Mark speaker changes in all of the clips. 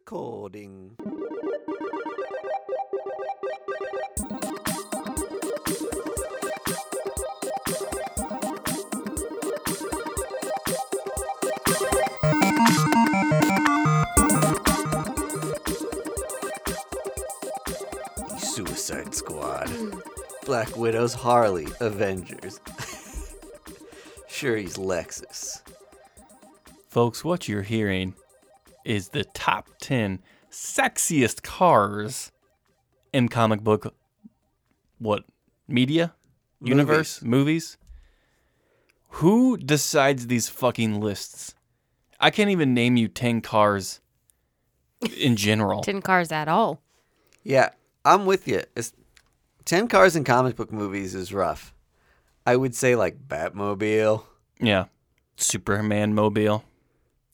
Speaker 1: recording. Suicide Squad, Black Widow's Harley, Avengers. sure, he's Lexus.
Speaker 2: Folks, what you're hearing is the top 10 sexiest cars in comic book what media universe movies who decides these fucking lists i can't even name you 10 cars in general
Speaker 3: 10 cars at all.
Speaker 1: Yeah, I'm with you. It's, Ten cars in comic book movies is rough. I would say like Batmobile,
Speaker 2: yeah superman mobile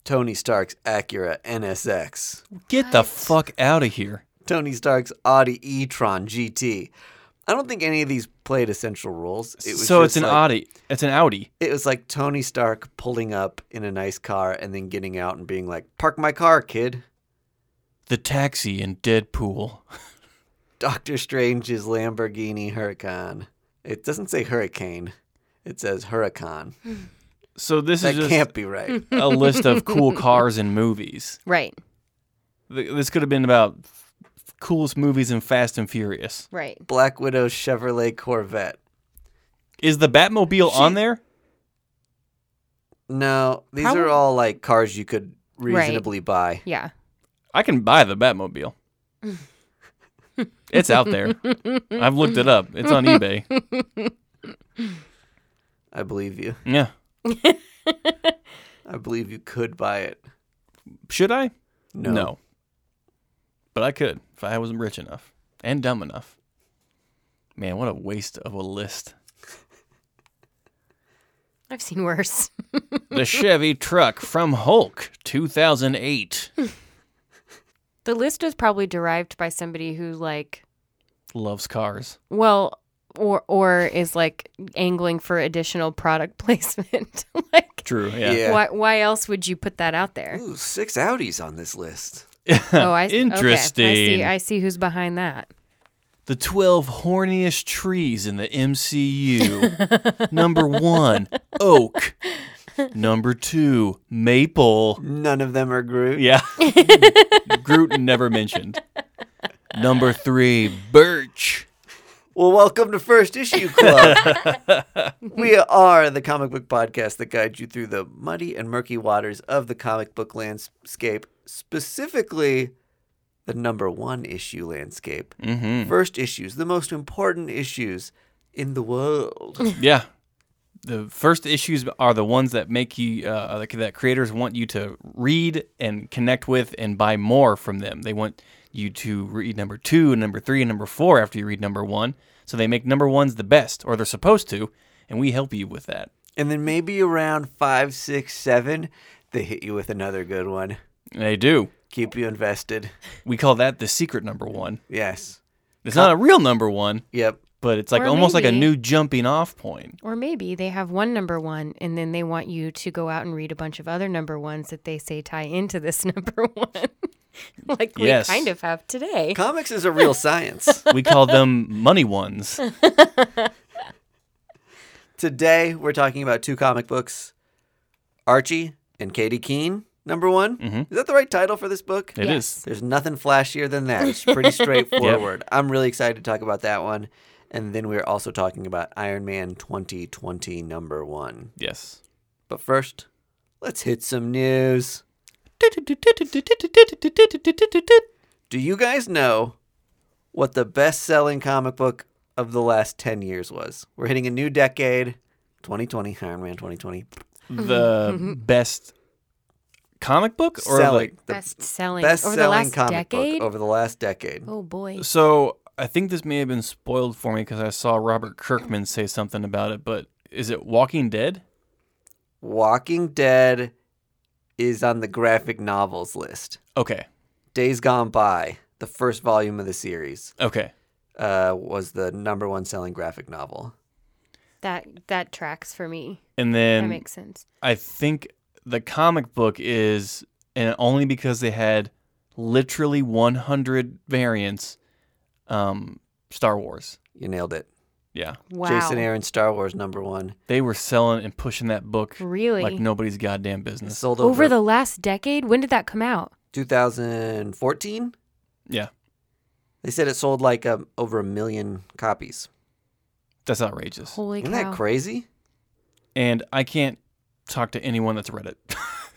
Speaker 1: Tony Stark's Acura NSX,
Speaker 2: get the
Speaker 3: What?
Speaker 2: fuck out of here
Speaker 1: Tony Stark's Audi e-tron GT. I don't think any of these played essential roles. It was
Speaker 2: so it's
Speaker 1: just
Speaker 2: an
Speaker 1: like-
Speaker 2: audi it's an audi
Speaker 1: It was like Tony Stark pulling up in a nice car and then getting out and being like, "Park my car, kid."
Speaker 2: the taxi in deadpool
Speaker 1: Doctor Strange's Lamborghini Hurricane. It doesn't say hurricane. It says hurricane.
Speaker 2: so this
Speaker 1: That
Speaker 2: is just
Speaker 1: can't be right.
Speaker 2: a list of cool cars in movies
Speaker 3: Right,
Speaker 2: Th- This could have been about f- coolest movies in Fast and Furious.
Speaker 3: right.
Speaker 1: Black Widow Chevrolet Corvette.
Speaker 2: Is the Batmobile on there?
Speaker 1: No, these
Speaker 2: How-
Speaker 1: are all like cars you could
Speaker 3: Right.
Speaker 1: reasonably buy.
Speaker 3: Yeah.
Speaker 2: I can buy the Batmobile. it's out there. I've looked it up. It's on eBay.
Speaker 1: I believe you.
Speaker 2: Yeah.
Speaker 1: I believe you could buy it.
Speaker 2: Should I?
Speaker 1: No.
Speaker 2: But I could if I was rich enough and dumb enough. Man, what a waste of a list.
Speaker 3: I've seen worse.
Speaker 2: The Chevy truck from Hulk 2008.
Speaker 3: The list was probably derived by somebody who like
Speaker 2: Loves cars.
Speaker 3: well or or is like angling for additional product placement. like
Speaker 2: True.
Speaker 1: Yeah.
Speaker 3: why why else would you put that out there?
Speaker 1: Ooh, six Audis on this list.
Speaker 3: Oh, I okay.
Speaker 2: Interesting.
Speaker 3: I see I see who's behind that.
Speaker 2: The 12 horniest trees in the MCU. Number one, oak. Number two, maple.
Speaker 1: None of them are Groot.
Speaker 2: Yeah. Groot never mentioned. Number three, birch.
Speaker 1: Well, welcome to First Issue Club. we are the comic book podcast that guides you through the muddy and murky waters of the comic book landscape, specifically the number one issue landscape.
Speaker 2: Mm-hmm.
Speaker 1: First issues, the most important issues in the world.
Speaker 2: Yeah. The first issues are the ones that make you, uh, that- that creators want you to read and connect with and buy more from them. They want you to read number two, and number three, and number four after you read number one. So they make number ones the best, or they're supposed to, and we help you with that.
Speaker 1: and then maybe around five, six, seven, they hit you with another good one.
Speaker 2: They do.
Speaker 1: Keep you invested.
Speaker 2: We call that the secret number one.
Speaker 1: Yes.
Speaker 2: It's not a real number one,
Speaker 1: Yep.
Speaker 2: but it's like
Speaker 3: Or
Speaker 2: almost like a
Speaker 3: maybe-
Speaker 2: new jumping off point.
Speaker 3: Or maybe they have one number one and then they want you to go out and read a bunch of other number ones that they say tie into this number one. like
Speaker 2: Yes.
Speaker 3: we kind of have today.
Speaker 1: Comics is a real science.
Speaker 2: We call them money ones.
Speaker 1: Today, we're talking about two comic books Archie and Katie Keene, number one. Is that the right title for this book?
Speaker 2: It is.
Speaker 3: Yes.
Speaker 1: There's nothing flashier than that. It's pretty straightforward. I'm really excited to talk about that one. And then we're also talking about Iron Man 2020, number one.
Speaker 2: Yes.
Speaker 1: But first, let's hit some news. Do you guys know what the best selling comic book of the last 10 years was? We're hitting a new decade 2020, Iron Man 2020.
Speaker 3: Mm-hmm.
Speaker 2: The best comic book or
Speaker 1: selling.
Speaker 2: like
Speaker 1: the
Speaker 3: best selling
Speaker 1: best
Speaker 3: over the
Speaker 1: selling
Speaker 3: last
Speaker 1: comic
Speaker 3: decade.
Speaker 1: book over the last decade.
Speaker 3: oh boy.
Speaker 2: So, I think this may have been spoiled for me because I saw Robert Kirkman say something about it, but is it Walking Dead?
Speaker 1: Walking Dead is on the graphic novels list.
Speaker 2: Okay.
Speaker 1: Days Gone By, the first volume of the series,
Speaker 2: Okay.
Speaker 1: uh, was the number one selling graphic novel.
Speaker 3: That that tracks for me.
Speaker 2: And then
Speaker 3: that makes sense.
Speaker 2: I think the comic book is, and only because they had literally 100 variants um, Star Wars.
Speaker 1: You nailed it.
Speaker 2: Yeah.
Speaker 3: Wow.
Speaker 1: Jason Aaron, Star Wars number one.
Speaker 2: They were selling and pushing that book
Speaker 3: Really?
Speaker 2: like nobody's goddamn business.
Speaker 1: Sold over,
Speaker 3: Over the last decade? When did that come out?
Speaker 1: 2014.
Speaker 2: Yeah.
Speaker 1: They said it sold like um, over a million copies.
Speaker 2: That's outrageous.
Speaker 3: Holy
Speaker 1: Isn't
Speaker 3: cow.
Speaker 1: that crazy?
Speaker 2: And I can't talk to anyone that's read it.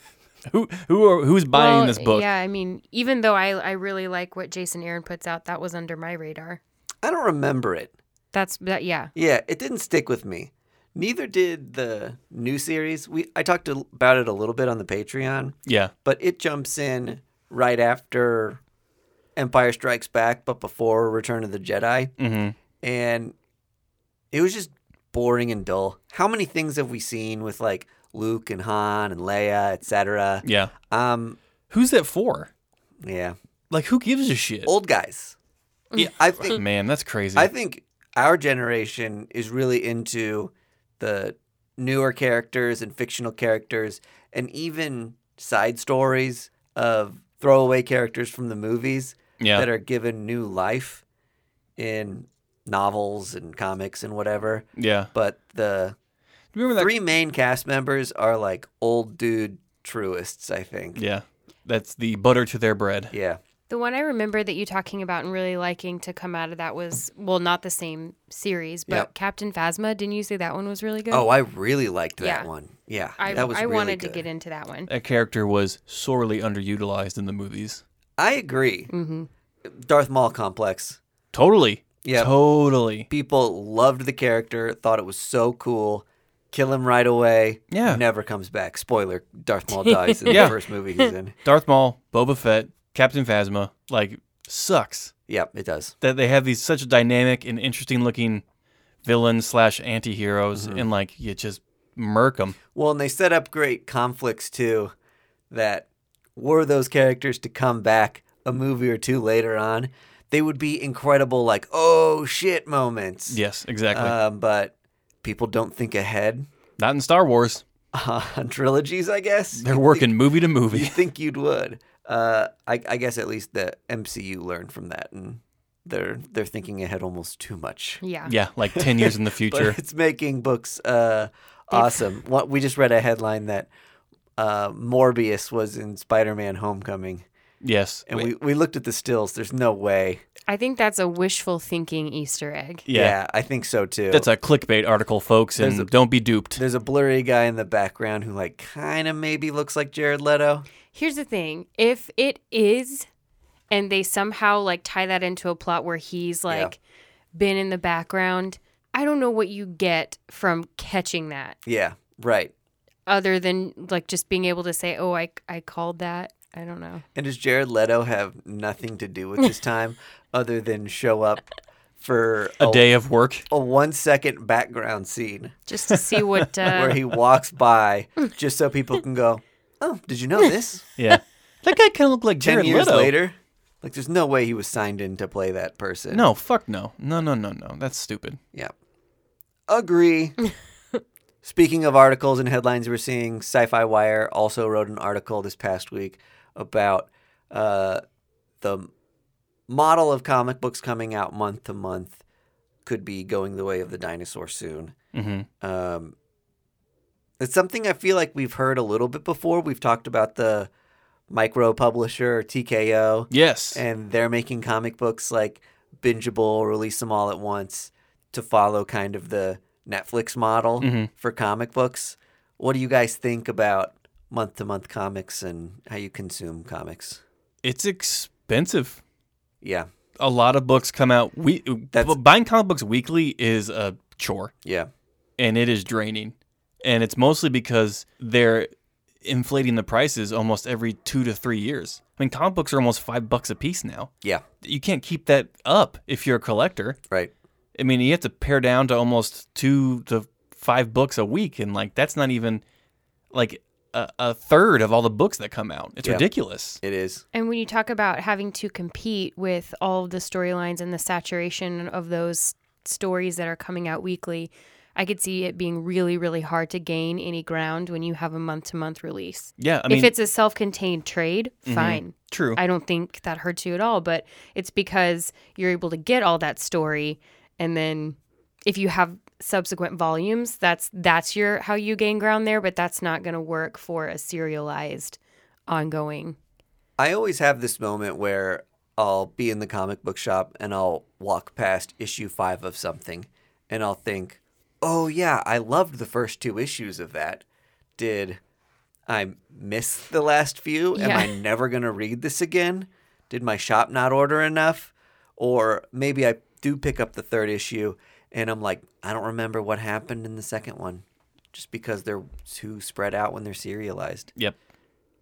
Speaker 2: who who are who's buying
Speaker 3: Well,
Speaker 2: this book?
Speaker 3: Yeah, I mean, even though I, I really like what Jason Aaron puts out, that was under my radar.
Speaker 1: I don't remember it.
Speaker 3: That's that yeah.
Speaker 1: Yeah, it didn't stick with me. Neither did the new series. We I talked a- about it a little bit on the Patreon,
Speaker 2: Yeah.
Speaker 1: but it jumps in right after Empire Strikes Back, but before Return of the Jedi,
Speaker 2: hmm
Speaker 1: and it was just boring and dull. How many things have we seen with like Luke and Han and Leia, etc.?
Speaker 2: Yeah.
Speaker 1: Um,
Speaker 2: Who's that for?
Speaker 1: yeah,
Speaker 2: Like who gives a shit?
Speaker 1: old guys.
Speaker 2: Yeah.
Speaker 1: I think
Speaker 2: Man, that's crazy.
Speaker 1: I think our generation is really into the newer characters and fictional characters and even side stories of throwaway characters from the movies
Speaker 2: yeah.
Speaker 1: that are given new life in novels and comics and whatever.
Speaker 2: yeah.
Speaker 1: But the
Speaker 2: Remember that
Speaker 1: three main cast members are like old dude truists, I think.
Speaker 2: Yeah. That's the butter to their bread.
Speaker 1: Yeah.
Speaker 3: The one I remember that you talking about and really liking to come out of that was well, not the same series, but
Speaker 1: Yep.
Speaker 3: Captain Phasma. Didn't you say that one was really good?
Speaker 1: Oh, I really liked that
Speaker 3: Yeah.
Speaker 1: one. Yeah.
Speaker 3: I,
Speaker 1: that was
Speaker 3: I
Speaker 1: really
Speaker 3: wanted
Speaker 1: good.
Speaker 3: to get into that one.
Speaker 2: That character was sorely underutilized in the movies.
Speaker 1: I agree.
Speaker 3: Mm-hmm.
Speaker 1: Darth Maul complex.
Speaker 2: Totally.
Speaker 1: Yeah.
Speaker 2: Totally.
Speaker 1: people loved the character, thought it was so cool. Kill him right away.
Speaker 2: Yeah.
Speaker 1: Never comes back. Spoiler: Darth Maul dies in
Speaker 2: Yeah.
Speaker 1: the first movie he's in.
Speaker 2: Darth Maul, Boba Fett, Captain Phasma, like sucks
Speaker 1: Yep, it does.
Speaker 2: that they have these such dynamic and interesting looking villains slash anti-heroes
Speaker 1: Mm-hmm.
Speaker 2: and like you just murk them.
Speaker 1: Well, and they set up great conflicts too. That were those characters to come back a movie or two later on, they would be incredible, like oh shit moments.
Speaker 2: Yes, exactly.
Speaker 1: Um, but people don't think ahead
Speaker 2: Uh, Not in Star Wars.
Speaker 1: on trilogies, I guess.
Speaker 2: They're
Speaker 1: You'd
Speaker 2: working movie to movie.
Speaker 1: Think, think you'd would. Uh, I, I guess at least the MCU learned from that, and they're they're thinking ahead almost too much.
Speaker 3: Yeah.
Speaker 2: Yeah, like 10 years in the
Speaker 1: But
Speaker 2: future.
Speaker 1: it's making books uh, awesome. What we just read a headline that uh, Morbius was in Spider-Man: Homecoming,
Speaker 2: Yes.
Speaker 1: and we, we looked at the stills. There's no way.
Speaker 3: I think that's a wishful thinking Easter egg.
Speaker 2: yeah.
Speaker 1: I think so too.
Speaker 2: That's a clickbait article, folks, and don't be duped.
Speaker 1: There's a blurry guy in the background who like kind of maybe looks like Jared Leto.
Speaker 3: Here's the thing if it is, and they somehow like tie that into a plot where he's like been in the background, I don't know what you get from catching that
Speaker 1: Yeah, right.
Speaker 3: other than like just being able to say, oh, I, I called that. I don't know.
Speaker 1: And does Jared Leto have nothing to do with his time other than show up for
Speaker 2: A day of work.
Speaker 1: a one second background scene
Speaker 3: Just to see what. Uh,
Speaker 1: where he walks by just so people can go, Oh, did you know this?
Speaker 2: Yeah. that guy kind of looked like
Speaker 1: Ten
Speaker 2: Jared
Speaker 1: years
Speaker 2: Leto.
Speaker 1: later. Like there's no way he was signed in to play that person.
Speaker 2: No, fuck no. No, no, no, no. That's stupid.
Speaker 1: Yeah. Agree. Speaking of articles and headlines we're seeing, Sci Fi Wire also wrote an article this past week about uh, the model of comic books coming out month to month could be going the way of the dinosaur soon.
Speaker 2: hmm
Speaker 1: Um, it's something I feel like we've heard a little bit before. We've talked about the micro publisher TKO,
Speaker 2: Yes.
Speaker 1: and they're making comic books like bingeable, release them all at once to follow kind of the Netflix model
Speaker 2: Mhm.
Speaker 1: for comic books. What do you guys think about month to month comics and how you consume comics?
Speaker 2: it's expensive.
Speaker 1: Yeah,
Speaker 2: A lot of books come out. We
Speaker 1: That's-
Speaker 2: buying comic books weekly is a chore,
Speaker 1: yeah,
Speaker 2: and it is draining. And it's mostly because they're inflating the prices almost every two to three years. I mean, comic books are almost five bucks a piece now.
Speaker 1: yeah,
Speaker 2: You can't keep that up if you're a collector.
Speaker 1: right.
Speaker 2: I mean, you have to pare down to almost two to five books a week, and like that's not even like a, a third of all the books that come out. It's
Speaker 1: Yeah.
Speaker 2: ridiculous.
Speaker 1: It is.
Speaker 3: And when you talk about having to compete with all of the storylines and the saturation of those stories that are coming out weekly, I could see it being really, really hard to gain any ground when you have a month to month release.
Speaker 2: Yeah, I mean,
Speaker 3: if it's a self contained trade,
Speaker 2: Mhm.
Speaker 3: fine.
Speaker 2: true.
Speaker 3: I don't think that hurts you at all, but it's because you're able to get all that story and then if you have subsequent volumes, that's that's your how you gain ground there, but that's not going to work for a serialized ongoing.
Speaker 1: I always have this moment where I'll be in the comic book shop and I'll walk past issue five of something and I'll think, oh, yeah, I loved the first two issues of that. Did I miss the last few? Am
Speaker 3: Yeah.
Speaker 1: I never going to read this again? Did my shop not order enough? Or maybe I do pick up the third issue and I'm like, I don't remember what happened in the second one just because they're too spread out when they're serialized.
Speaker 2: yep.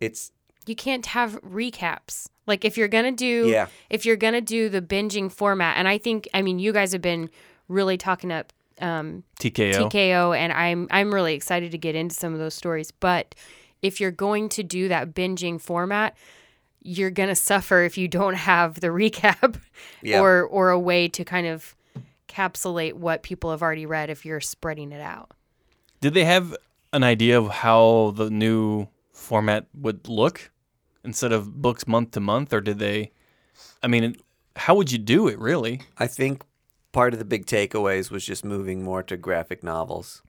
Speaker 1: It's,
Speaker 3: You can't have recaps. Like if you're going to do
Speaker 1: yeah.
Speaker 3: if you're going to do the binging format and I think I mean you guys have been really talking up um
Speaker 2: TKO.
Speaker 3: TKO, and I'm I'm really excited to get into some of those stories. But if you're going to do that binging format, you're gonna suffer if you don't have the recap
Speaker 1: Yeah.
Speaker 3: or or a way to kind of capsulate what people have already read if you're spreading it out.
Speaker 2: Did they have an idea of how the new format would look instead of books month to month, or did they? I mean, it- how would you do it really?
Speaker 1: I think part of the big takeaways was just moving more to graphic novels.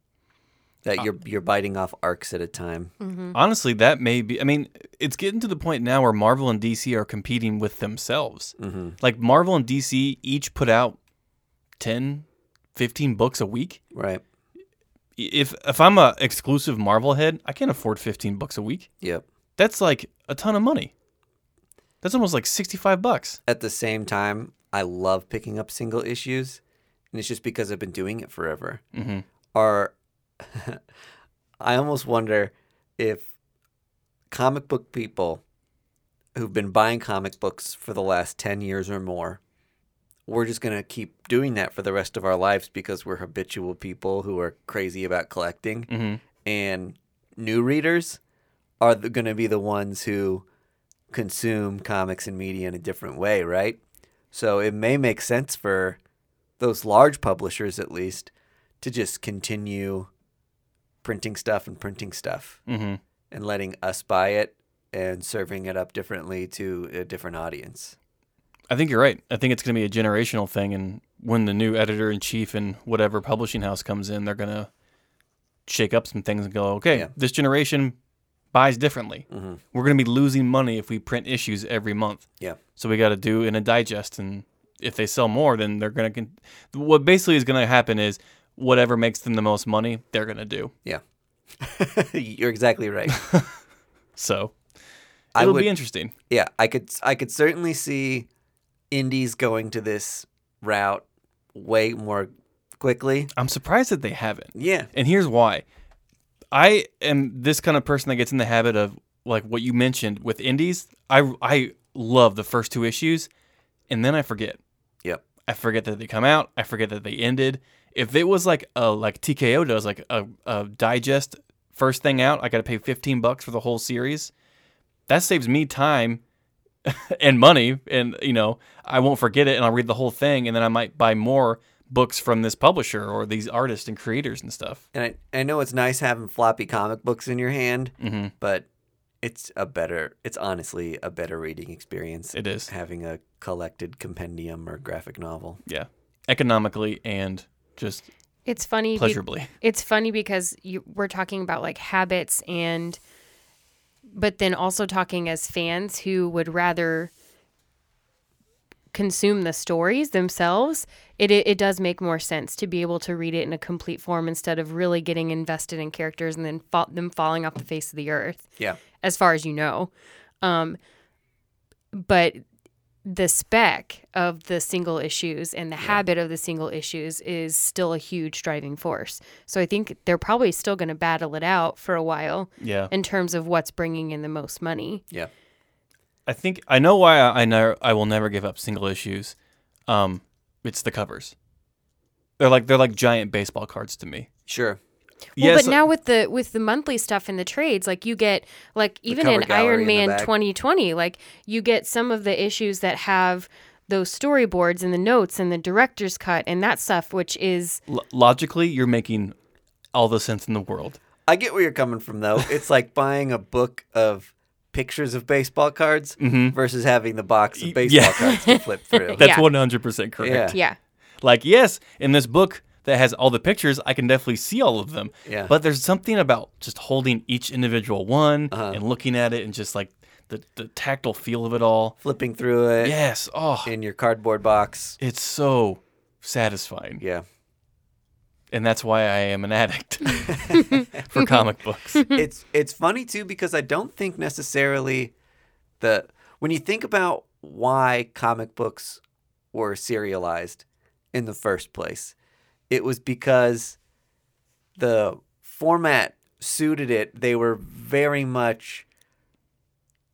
Speaker 1: That you're you're biting off arcs at a time.
Speaker 2: Honestly, that may be. I mean, it's getting to the point now where Marvel and DC are competing with themselves. Like Marvel and DC each put out 10, 15 books a week.
Speaker 1: Right.
Speaker 2: I- If if I'm a exclusive Marvel head, I can't afford 15 books a week.
Speaker 1: Yep.
Speaker 2: That's like a ton of money. That's almost like 65 bucks.
Speaker 1: At the same time, I love picking up single issues, and it's just because I've been doing it forever.
Speaker 2: Mhm.
Speaker 1: Are I almost wonder if comic book people who've been buying comic books for the last 10 years or more we're just going to keep doing that for the rest of our lives because we're habitual people who are crazy about collecting.
Speaker 2: Mhm.
Speaker 1: And new readers are going to be the ones who consume comics and media in a different way, right? So it may make sense for those large publishers, at least, to just continue printing stuff and printing stuff
Speaker 2: Mhm.
Speaker 1: and letting us buy it and serving it up differently to a different audience.
Speaker 2: I think you're right. I think it's going to be a generational thing. And when the new editor in chief and whatever publishing house comes in, they're going to shake up some things and go, okay,
Speaker 1: Yeah.
Speaker 2: this generation buys differently.
Speaker 1: Mhm.
Speaker 2: We're going to be losing money if we print issues every month.
Speaker 1: Yeah.
Speaker 2: So we got to do in a digest. And if they sell more, then they're going to. Con- what basically is going to happen is whatever makes them the most money, they're going to do.
Speaker 1: Yeah. You're exactly right.
Speaker 2: So
Speaker 1: I
Speaker 2: it'll
Speaker 1: would-
Speaker 2: be interesting.
Speaker 1: yeah, I could I could certainly see indies going to this route way more quickly.
Speaker 2: I'm surprised that they haven't.
Speaker 1: Yeah.
Speaker 2: And here's why. I am this kind of person that gets in the habit of like what you mentioned with indies. I I love the first two issues and then I forget.
Speaker 1: Yep.
Speaker 2: I forget that they come out. I forget that they ended. If it was like a like TKO does like a, a digest first thing out, I got to pay 15 bucks for the whole series. That saves me time and money and you know, I won't forget it and I'll read the whole thing and then I might buy more books from this publisher or these artists and creators and stuff.
Speaker 1: And I, I know it's nice having floppy comic books in your hand,
Speaker 2: Mhm.
Speaker 1: but it's a better it's honestly a better reading experience
Speaker 2: It is.
Speaker 1: having a collected compendium or graphic novel.
Speaker 2: Yeah. Economically and just
Speaker 3: It's funny. be-
Speaker 2: pleasurably.
Speaker 3: it's funny because you, we're talking about like habits and, but then also talking as fans who would rather consume the stories themselves. It, it it does make more sense to be able to read it in a complete form instead of really getting invested in characters and then fa- them falling off the face of the earth
Speaker 1: Yeah.
Speaker 3: as far as you know. Um, but the spec of the single issues and the habit of the single issues is still a huge driving force. So I think they're probably still going to battle it out for a while
Speaker 2: Yeah.
Speaker 3: in terms of what's bringing in the most money.
Speaker 1: Yeah.
Speaker 2: I think I know why I, I know I will never give up single issues. Um it's the covers. They're like they're like giant baseball cards to me.
Speaker 1: Sure.
Speaker 3: Well,
Speaker 2: yes,
Speaker 3: but now with the with the monthly stuff in the trades, like you get like even
Speaker 1: cover
Speaker 3: in
Speaker 1: gallery
Speaker 3: Iron
Speaker 1: in the
Speaker 3: Man
Speaker 1: back.
Speaker 3: 2020, like you get some of the issues that have those storyboards and the notes and the director's cut and that stuff, which is
Speaker 2: L- logically, you're making all the sense in the world.
Speaker 1: I get where you're coming from, though. It's like buying a book of pictures of baseball cards versus having the box of baseball
Speaker 2: Mm-hmm. yeah.
Speaker 1: cards to flip through.
Speaker 2: That's
Speaker 3: Yeah.
Speaker 2: 100%
Speaker 1: Yeah.
Speaker 2: correct.
Speaker 3: yeah.
Speaker 2: Like, yes, in this book that has all the pictures, I can definitely see all of them.
Speaker 1: Yeah.
Speaker 2: But there's something about just holding each individual one
Speaker 1: Uh-huh.
Speaker 2: and looking at it and just like the, the tactile feel of it all.
Speaker 1: Flipping through it
Speaker 2: Yes. Oh,
Speaker 1: in your cardboard box.
Speaker 2: it's so satisfying.
Speaker 1: Yeah.
Speaker 2: And that's why I am an addict for comic books.
Speaker 1: it's it's funny too because I don't think necessarily the when you think about why comic books were serialized in the first place, it was because the format suited it. They were very much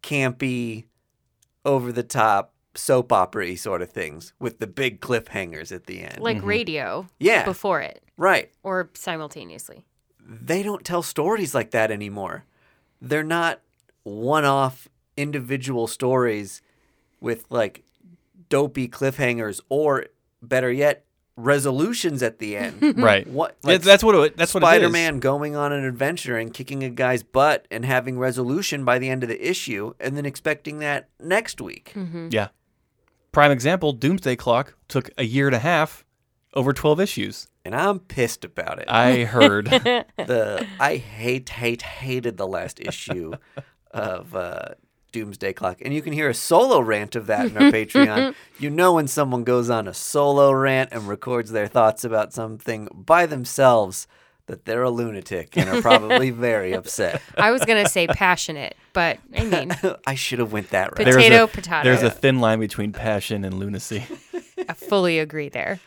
Speaker 1: campy, over the top soap opera sort of things with the big cliffhangers at the end.
Speaker 3: Like radio
Speaker 2: Uh.
Speaker 1: yeah,
Speaker 3: before it
Speaker 1: right
Speaker 3: or simultaneously.
Speaker 1: they don't tell stories like that anymore. They're not one off individual stories with like dopey cliffhangers or better yet, resolutions at the end.
Speaker 2: right.
Speaker 1: What
Speaker 2: Yeah, that's what it, that's what
Speaker 1: Spider
Speaker 2: it
Speaker 1: Man going on an adventure and kicking a guy's butt and having resolution by the end of the issue and then expecting that next week.
Speaker 2: is. Yeah. Prime example, Doomsday Clock took a year and a half, over 12 issues.
Speaker 1: And I'm pissed about it.
Speaker 2: I heard.
Speaker 1: the I hate hate hated the last issue of uh, Doomsday Clock, and you can hear a solo rant of that in our Patreon. You know when someone goes on a solo rant and records their thoughts about something by themselves that they're a lunatic and are probably very upset.
Speaker 3: I was gonna say passionate, but I mean
Speaker 1: I should have went that route.
Speaker 2: There's
Speaker 3: Potato,
Speaker 2: a,
Speaker 3: potato.
Speaker 2: There's a thin line between passion and lunacy.
Speaker 3: I fully agree there.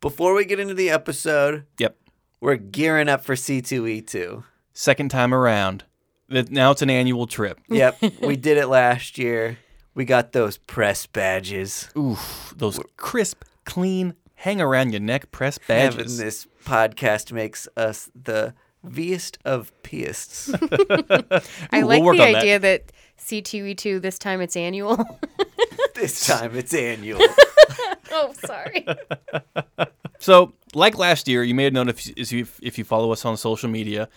Speaker 1: Before we get into the episode,
Speaker 2: Yep.
Speaker 1: we're gearing up for E C2E2.
Speaker 2: Second time around. That- Now it's an annual trip.
Speaker 1: Yep, we did it last year. We got those press badges.
Speaker 2: Oof, those crisp, clean, hang around your neck press
Speaker 1: having
Speaker 2: badges.
Speaker 1: this podcast makes us the viest of peists.
Speaker 3: I
Speaker 2: Ooh,
Speaker 3: like
Speaker 2: we'll work
Speaker 3: the
Speaker 2: on that.
Speaker 3: idea that C2E2 this time it's annual.
Speaker 1: this time it's annual.
Speaker 3: oh, sorry.
Speaker 2: So, like last year, you may have known if if you, if you follow us on social media,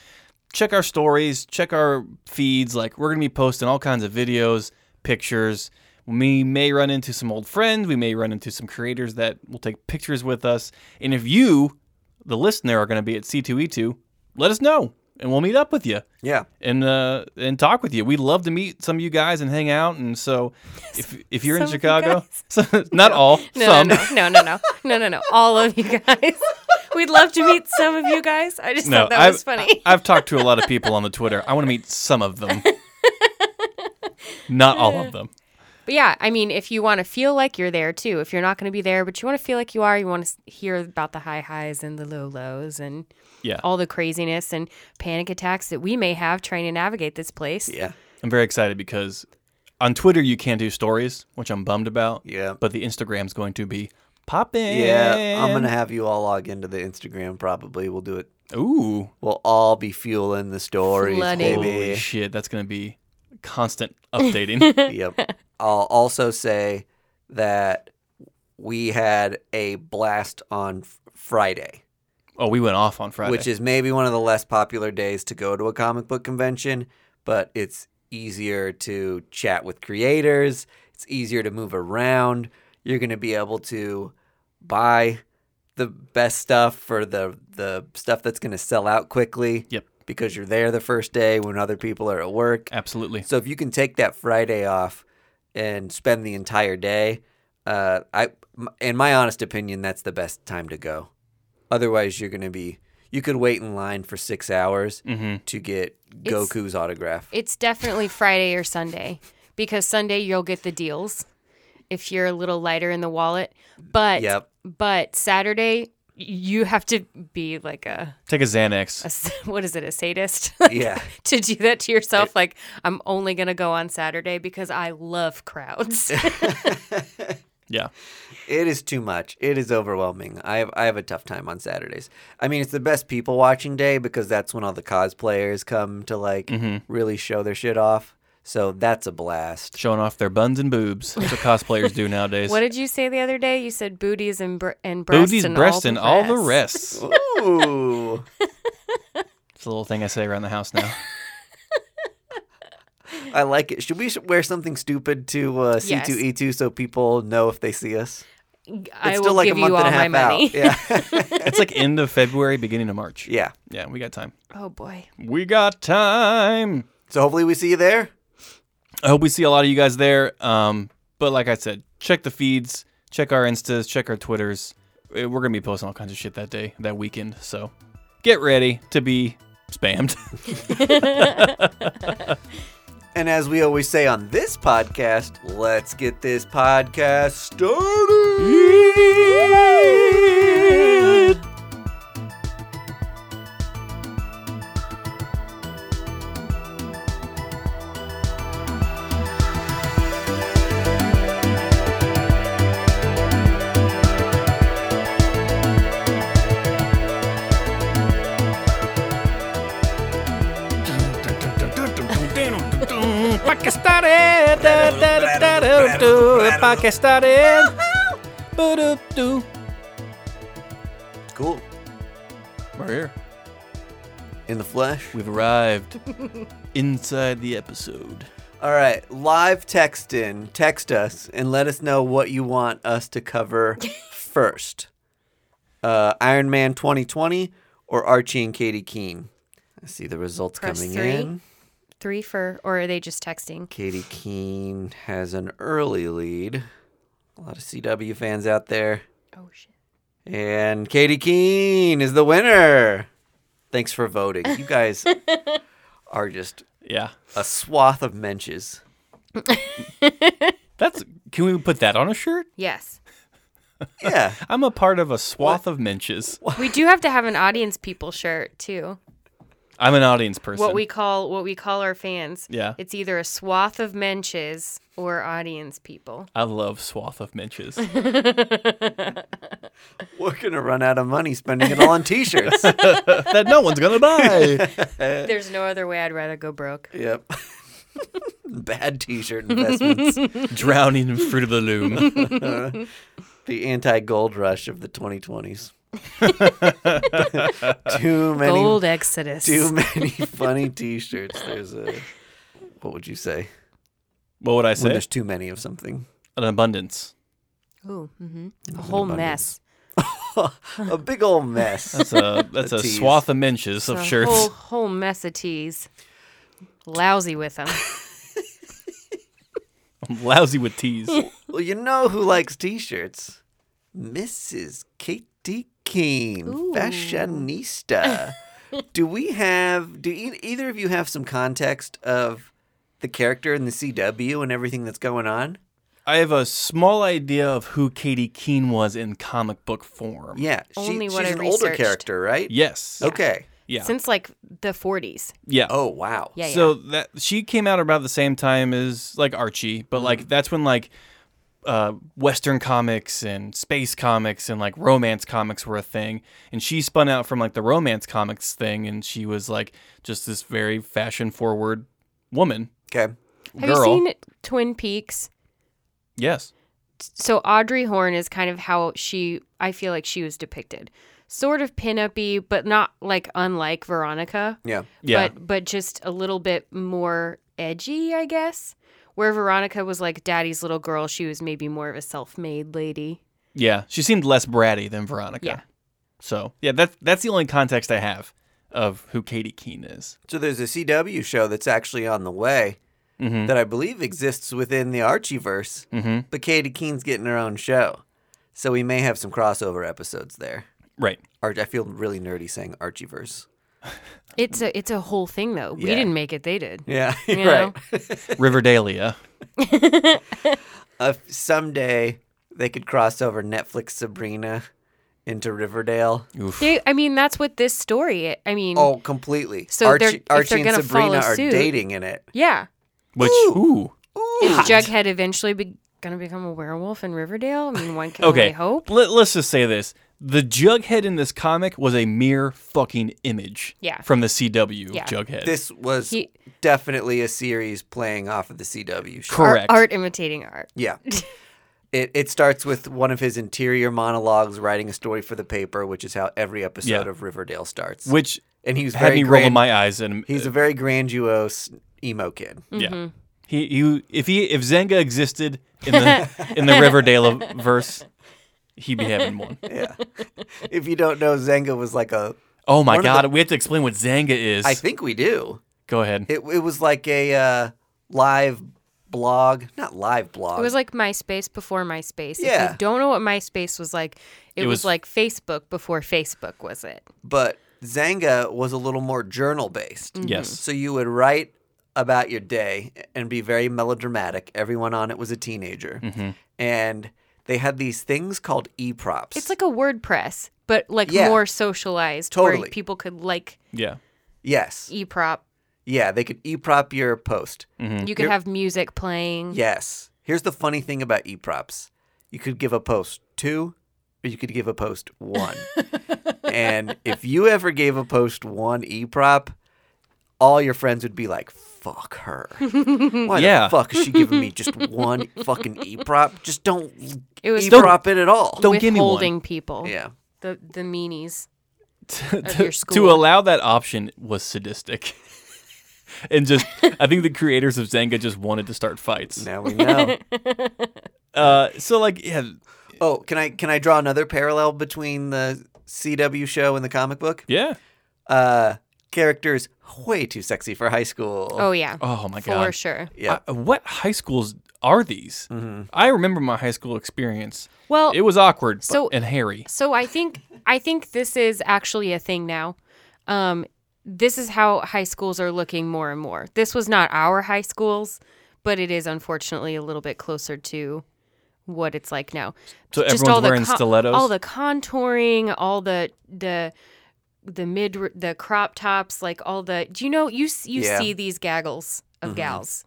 Speaker 2: check our stories, check our feeds. Like we're gonna be posting all kinds of videos, pictures. We may run into some old friends. We may run into some creators that will take pictures with us. And if you, the listener, are gonna be at C2E2, let us know, and we'll meet up with you
Speaker 1: Yeah.
Speaker 2: and uh, and talk with you. We'd love to meet some of you guys and hang out. And so, if if you're in
Speaker 3: Some of you
Speaker 2: Chicago, not all,
Speaker 3: No,
Speaker 2: some.
Speaker 3: no, no, no, no, no, no, no. All of you guys. We'd love to meet some of you guys. I just thought that
Speaker 2: I've,
Speaker 3: was funny.
Speaker 2: I- I've talked to a lot of people on the Twitter. I want to meet some of them. Not all of them.
Speaker 3: but yeah, I mean, if you want to feel like you're there too, if you're not going to be there, but you want to feel like you are, you want to hear about the high highs and the low lows and
Speaker 2: Yeah.
Speaker 3: all the craziness and panic attacks that we may have trying to navigate this place.
Speaker 1: Yeah.
Speaker 2: I'm very excited because on Twitter you can do stories, which I'm bummed about.
Speaker 1: Yeah.
Speaker 2: But the Instagram's going to be popping.
Speaker 1: Yeah. I'm going to have you all log into the Instagram probably. We'll do it.
Speaker 2: Ooh.
Speaker 1: We'll all be fueling the stories,
Speaker 3: Flooding.
Speaker 2: Holy
Speaker 1: baby.
Speaker 2: shit, that's going to be constant updating.
Speaker 1: yep. I'll also say that we had a blast on f- Friday.
Speaker 2: oh, we went off on Friday.
Speaker 1: which is maybe one of the less popular days to go to a comic book convention, but it's easier to chat with creators. It's easier to move around. You're going to be able to buy the best stuff for the the stuff that's going to sell out quickly.
Speaker 2: Yep.
Speaker 1: Because you're there the first day when other people are at work.
Speaker 2: Absolutely.
Speaker 1: So if you can take that Friday off and spend the entire day, uh, I, m- in my honest opinion, that's the best time to go. Otherwise, you're gonna be you could wait in line for six hours to get
Speaker 3: It's-
Speaker 1: Goku's autograph.
Speaker 3: It's definitely Friday or Sunday because Sunday you'll get the deals if you're a little lighter in the wallet. But
Speaker 1: Yep.
Speaker 3: but Saturday you have to be like a,
Speaker 2: Take a Xanax.
Speaker 3: a s- what is it a sadist
Speaker 1: yeah,
Speaker 3: to do that to yourself like I'm only going to go on Saturday because I love crowds.
Speaker 2: yeah.
Speaker 1: it is too much. It is overwhelming. I have I have a tough time on Saturdays. I mean, it's the best people watching day because that's when all the cosplayers come to like really show their shit off. So that's a blast.
Speaker 2: Showing off their buns and boobs. That's what cosplayers do nowadays.
Speaker 3: What did you say the other day? You said booties and br- and breasts
Speaker 2: Booties,
Speaker 3: and
Speaker 2: breasts, and all the
Speaker 3: rest.
Speaker 2: rests.
Speaker 1: Ooh.
Speaker 2: It's a little thing I say around the house now.
Speaker 1: I like it. Should we sh- wear something stupid to uh,
Speaker 3: Yes.
Speaker 1: C2E2 so people know if they see us?
Speaker 3: I will give you all my money.
Speaker 1: out. Yeah.
Speaker 2: It's like end of February, beginning of March.
Speaker 1: yeah.
Speaker 2: Yeah, we got time.
Speaker 3: Oh boy.
Speaker 2: We got time.
Speaker 1: So hopefully we see you there.
Speaker 2: I hope we see a lot of you guys there. Um, but like I said, check the feeds, check our instas, check our twitters. Eh, We're gonna be posting all kinds of shit that day, that weekend. So get ready to be spammed.
Speaker 1: And as we always say on this podcast, let's get this podcast started.
Speaker 2: Pakistani, da da da da da do, Pakistani. Boo-doo-doo.
Speaker 1: Cool.
Speaker 2: We're here.
Speaker 1: In the flesh.
Speaker 2: We've arrived inside the episode.
Speaker 1: All right. Live text in. Text us and let us know what you want us to cover first. Uh, Iron Man 2020 or Archie and Katie Keene? I see the results
Speaker 3: Press
Speaker 1: coming
Speaker 3: three.
Speaker 1: in.
Speaker 3: Three for, or are they just texting?
Speaker 1: Katie Keene has an early lead. A lot of CW fans out there.
Speaker 3: Oh shit.
Speaker 1: And Katie Keene is the winner. Thanks for voting. You guys are just
Speaker 2: Yeah.
Speaker 1: a swath of menches.
Speaker 2: That's can we put that on a shirt?
Speaker 3: Yes.
Speaker 1: Yeah.
Speaker 2: I'm a part of a swath of menches.
Speaker 3: We do have to have an audience people shirt too.
Speaker 2: I'm an audience person.
Speaker 3: What we call what we call our fans.
Speaker 2: Yeah.
Speaker 3: It's either a swath of menches or audience people.
Speaker 2: I love swath of menches.
Speaker 1: We're going to run out of money spending it all on t shirts.
Speaker 2: that no one's gonna buy.
Speaker 3: There's no other way I'd rather go broke.
Speaker 1: yep. Bad t shirt investments.
Speaker 2: Drowning in fruit of the loom.
Speaker 1: the anti gold rush of the 2020s. too many.
Speaker 3: Gold Exodus.
Speaker 1: Too many funny T-shirts. There's a what would you say
Speaker 2: What would I
Speaker 1: when
Speaker 2: say?
Speaker 1: there's too many of something?
Speaker 2: An abundance.
Speaker 3: Ooh, hmm a whole mess.
Speaker 1: a big old mess.
Speaker 2: That's a that's a,
Speaker 1: tease.
Speaker 2: swath of menches of
Speaker 3: a
Speaker 2: shirts.
Speaker 3: Whole, whole mess of teas. Lousy with them.
Speaker 2: I'm lousy with teas.
Speaker 1: well, you know who likes T-shirts? Mrs. Katie Keene, fashionista. do we have? Do e- either of you have some context of the character in the CW and everything that's going on?
Speaker 2: I have a small idea of who Katie Keene was in comic book form.
Speaker 1: Yeah, she-
Speaker 3: Only
Speaker 1: she's
Speaker 3: what I
Speaker 1: an older
Speaker 3: researched.
Speaker 1: character, right?
Speaker 2: Yes.
Speaker 1: Okay.
Speaker 2: Yeah.
Speaker 3: Since like the 40s.
Speaker 2: yeah.
Speaker 1: Oh wow.
Speaker 3: Yeah, yeah.
Speaker 2: So that she came out about the same time as like Archie, but
Speaker 3: Mm-hmm.
Speaker 2: like that's when like uh, Western comics and space comics and like romance comics were a thing, and she spun out from like the romance comics thing, and she was like just this very fashion forward woman
Speaker 1: Okay.
Speaker 2: girl.
Speaker 3: Have you seen Twin Peaks?
Speaker 2: yes,
Speaker 3: So Audrey Horn is kind of how she I feel like she was depicted. Sort of pinup-y, but not like unlike Veronica.
Speaker 1: Yeah.
Speaker 2: yeah,
Speaker 3: But but just a little bit more edgy, I guess. Where Veronica was like daddy's little girl, she was maybe more of a self-made lady.
Speaker 2: yeah. She seemed less bratty than Veronica.
Speaker 3: Yeah.
Speaker 2: So yeah, that's that's the only context I have of who Katie Keene is.
Speaker 1: So there's a CW show that's actually on the way
Speaker 2: Mm-hmm.
Speaker 1: that I believe exists within the Archieverse,
Speaker 2: Mhm.
Speaker 1: but Katie Keene's getting her own show. So we may have some crossover episodes there.
Speaker 2: Right.
Speaker 1: Arch- I feel really nerdy saying Archieverse.
Speaker 3: It's a it's a whole thing though. We
Speaker 1: Yeah.
Speaker 3: didn't make it, they did.
Speaker 1: Yeah,
Speaker 3: You
Speaker 1: right.
Speaker 2: Riverdalia.
Speaker 1: Uh, someday they could cross over Netflix Sabrina into Riverdale.
Speaker 2: Oof.
Speaker 3: They, I mean, that's what this story. I mean,
Speaker 1: Oh, completely.
Speaker 3: So they're-
Speaker 1: Archie,
Speaker 3: if they're
Speaker 1: Archie and
Speaker 3: gonna
Speaker 1: Sabrina
Speaker 3: follow
Speaker 1: are
Speaker 3: suit-
Speaker 1: dating in it.
Speaker 3: yeah.
Speaker 2: Which ooh.
Speaker 3: Is Jughead eventually be, gonna become a werewolf in Riverdale? I mean, one can
Speaker 2: Okay.
Speaker 3: only hope.
Speaker 2: Let, us just say this. The Jughead in this comic was a mere fucking image
Speaker 3: Yeah.
Speaker 2: from the CW
Speaker 3: Yeah.
Speaker 2: Jughead.
Speaker 1: This was
Speaker 3: He-
Speaker 1: definitely a series playing off of the CW show.
Speaker 3: Ar-
Speaker 2: Correct.
Speaker 3: art imitating art.
Speaker 1: Yeah. It, it starts with one of his interior monologues writing a story for the paper, which is how every episode
Speaker 2: Yeah.
Speaker 1: of Riverdale starts.
Speaker 2: which
Speaker 1: and he's
Speaker 2: had
Speaker 1: very
Speaker 2: me rolling
Speaker 1: grand-
Speaker 2: my eyes and
Speaker 1: He's a very grandiose emo kid.
Speaker 2: yeah.
Speaker 3: Mm-hmm.
Speaker 2: He, he if he if Zenga existed in the in the Riverdale verse, he'd be having one.
Speaker 1: Yeah. if you don't know, Zenga was like a.
Speaker 2: Oh my
Speaker 1: One of
Speaker 2: god, we have to explain what Zanga is.
Speaker 1: I think we do.
Speaker 2: Go ahead.
Speaker 1: It it was like a uh, live blog, not live blog.
Speaker 3: It was like MySpace before MySpace. If
Speaker 1: Yeah.
Speaker 3: you don't know what MySpace was like, it,
Speaker 2: It
Speaker 3: was,
Speaker 2: was-
Speaker 3: like Facebook before Facebook was it.
Speaker 1: but Zanga was a little more journal based.
Speaker 2: Yes.
Speaker 1: So you would write about your day and be very melodramatic. Everyone on it was a teenager, and they had these things called e-props.
Speaker 3: It's like a WordPress, but like
Speaker 1: Yeah.
Speaker 3: more socialized, where
Speaker 1: Totally.
Speaker 3: people could like
Speaker 2: Yeah.
Speaker 1: yes,
Speaker 3: e-prop.
Speaker 1: yeah, they could e-prop your post.
Speaker 2: Mm-hmm.
Speaker 3: You could have music playing.
Speaker 1: Yes. Here's the funny thing about eProps. You could give a post two or you could give a post one. and if you ever gave a post one eProp, all your friends would be like, fuck her. Why
Speaker 2: Yeah.
Speaker 1: the fuck is she giving me just one fucking eProp? Just don't
Speaker 3: It was
Speaker 1: eProp it at all.
Speaker 2: Don't get anyone.
Speaker 3: withholding people.
Speaker 1: Yeah.
Speaker 3: The the meanies.
Speaker 2: to,
Speaker 3: your
Speaker 2: to
Speaker 3: school.
Speaker 2: allow that option was sadistic. and just I think the creators of Zanga just wanted to start fights.
Speaker 1: Now we know.
Speaker 2: Uh so like yeah
Speaker 1: oh, can I can I draw another parallel between the CW show and the comic book?
Speaker 2: yeah.
Speaker 1: Uh characters way too sexy for high school.
Speaker 3: Oh yeah.
Speaker 2: Oh my
Speaker 3: for
Speaker 2: god.
Speaker 3: sure.
Speaker 1: yeah.
Speaker 2: Uh, what high schools are these? I remember my high school experience.
Speaker 3: Well,
Speaker 2: It was awkward
Speaker 3: Oh, So-
Speaker 2: but, and hairy.
Speaker 3: So I think I think this is actually a thing now. Um, this is how high schools are looking more and more. This was not our high schools, but it is unfortunately a little bit closer to what it's like now.
Speaker 2: So
Speaker 3: Just
Speaker 2: everyone's
Speaker 3: all the
Speaker 2: wearing
Speaker 3: con-
Speaker 2: stilettos.
Speaker 3: All the contouring, all the the the mid the crop tops, like all the. Do you know you s- you
Speaker 1: Yeah.
Speaker 3: see these gaggles of gals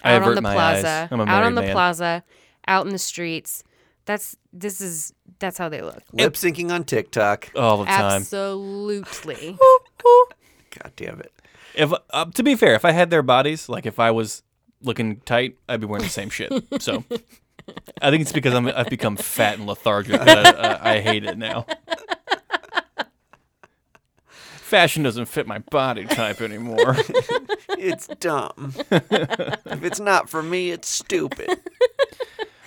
Speaker 2: Mm-hmm. I
Speaker 3: out on
Speaker 2: avert
Speaker 3: the
Speaker 2: my
Speaker 3: plaza,
Speaker 2: eyes. I'm a
Speaker 3: out on
Speaker 2: married
Speaker 3: the
Speaker 2: man.
Speaker 3: plaza, out in the streets. That's this is that's how they look.
Speaker 1: Lip syncing on TikTok.
Speaker 2: all the time.
Speaker 3: Absolutely.
Speaker 1: God damn it.
Speaker 2: If uh, to be fair, if I had their bodies, like if I was looking tight, I'd be wearing the same shit. So I think it's because I'm, I've become fat and lethargic that uh, I, I, I hate it now. Fashion doesn't fit my body type anymore.
Speaker 1: It's dumb. if it's not for me, it's stupid.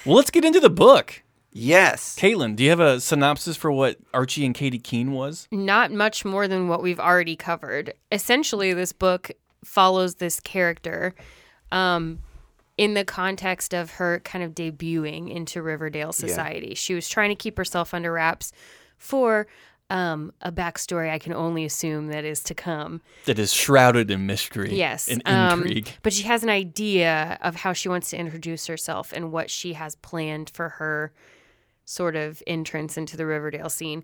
Speaker 2: well, let's get into the book.
Speaker 1: Yes.
Speaker 2: Caitlin, do you have a synopsis for what Archie and Katie Keene was?
Speaker 3: Not much more than what we've already covered. Essentially, this book follows this character um, in the context of her kind of debuting into Riverdale society. She was trying to keep herself under wraps for um, a backstory I can only assume that is to come.
Speaker 2: That is shrouded in mystery.
Speaker 3: Yes.
Speaker 2: And
Speaker 3: um,
Speaker 2: intrigue.
Speaker 3: but she has an idea of how she wants to introduce herself and what she has planned for her sort of entrance into the Riverdale scene.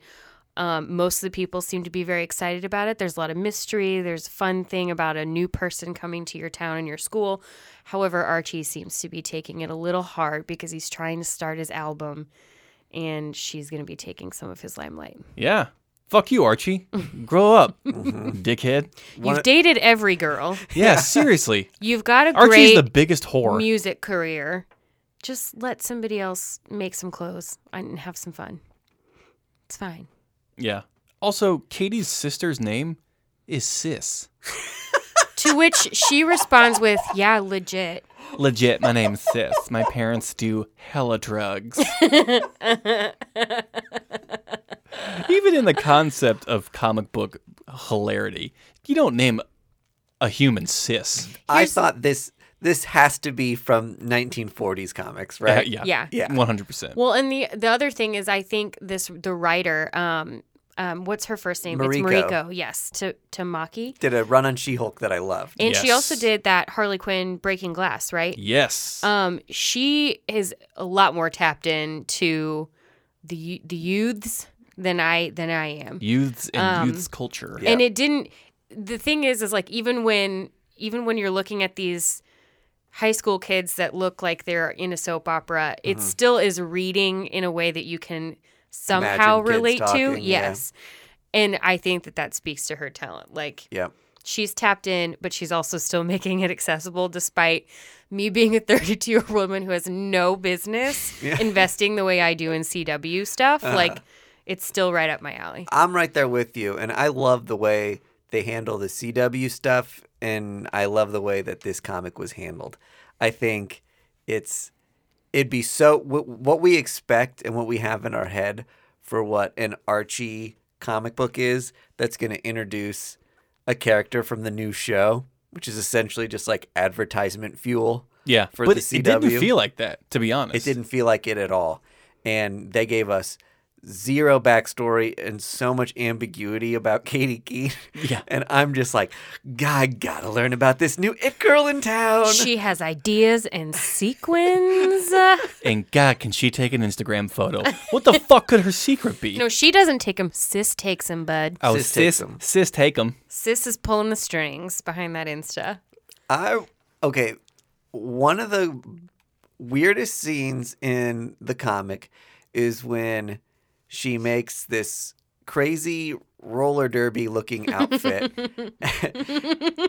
Speaker 3: Um, most of the people seem to be very excited about it. There's a lot of mystery. There's a fun thing about a new person coming to your town and your school. However, Archie seems to be taking it a little hard because he's trying to start his album and she's going to be taking some of his limelight.
Speaker 2: yeah. Fuck you, Archie. Grow up,
Speaker 1: Mm-hmm.
Speaker 2: dickhead.
Speaker 3: You've dated every girl,
Speaker 2: Yeah, seriously.
Speaker 3: you've got a
Speaker 2: Archie's
Speaker 3: great
Speaker 2: the biggest whore.
Speaker 3: music career. Just let somebody else make some clothes and have some fun. It's fine.
Speaker 2: Yeah. Also, Katie's sister's name is Sis.
Speaker 3: to which she responds with, "Yeah, legit."
Speaker 2: Legit, my name's Sis. My parents do hella drugs. Even in the concept of comic book hilarity, you don't name a human Sis.
Speaker 1: I thought this this has to be from 1940s comics, right?
Speaker 2: yeah.
Speaker 3: Uh, Yeah.
Speaker 1: Yeah.
Speaker 2: 100%.
Speaker 3: Well, and the the other thing is, I think this the writer, um, um, what's her first name? It's
Speaker 1: Mariko.
Speaker 3: Mariko. Yes, to to Maki,
Speaker 1: Did a run on She-Hulk that I loved.
Speaker 3: and she
Speaker 2: Yes.
Speaker 3: also did that Harley Quinn Breaking Glass, right?
Speaker 2: yes.
Speaker 3: Um, she is a lot more tapped in to the y- the youths than I than I am.
Speaker 2: youths and
Speaker 3: um,
Speaker 2: youths culture.
Speaker 1: Yeah.
Speaker 3: and it didn't the thing is is like even when even when you're looking at these high school
Speaker 1: Mm-hmm.
Speaker 3: kids that look like they're in a soap opera it still is reading in a way that you can somehow
Speaker 1: kids
Speaker 3: relate to.
Speaker 1: talking, yeah.
Speaker 3: Yes. And I think that that speaks to her talent. Like
Speaker 1: Yeah.
Speaker 3: she's tapped in, but she's also still making it accessible despite me being a 32 year old woman who has no business
Speaker 1: Yeah. Uh-huh.
Speaker 3: investing the way I do in CW stuff. Like it's still right up my alley.
Speaker 1: I'm right there with you, and I love the way they handle the CW stuff, and I love the way that this comic was handled. I think it's it'd be so w- what we expect and what we have in our head for what an Archie comic book is. That's going to introduce a character from the new show, which is essentially just like advertisement fuel.
Speaker 2: Yeah,
Speaker 1: For
Speaker 2: but
Speaker 1: the
Speaker 2: it didn't
Speaker 1: CW.
Speaker 2: feel like that, to be honest.
Speaker 1: It didn't feel like it at all. And they gave us zero backstory and so much ambiguity about Katie Keene.
Speaker 2: Yeah.
Speaker 1: And I'm just like, God, I gotta learn about this new it girl in town.
Speaker 3: She has ideas and sequins. Uh,
Speaker 2: And God, can she take an Instagram photo? What the fuck could her secret be?
Speaker 3: no, she doesn't take him. Sis takes him, bud.
Speaker 2: oh,
Speaker 1: Sis
Speaker 2: sis,
Speaker 1: takes
Speaker 2: sis,
Speaker 1: 'em.
Speaker 2: take 'em.
Speaker 3: Sis is pulling the strings behind that Insta.
Speaker 1: I okay. One of the weirdest scenes in the comic is when she makes this crazy roller derby looking outfit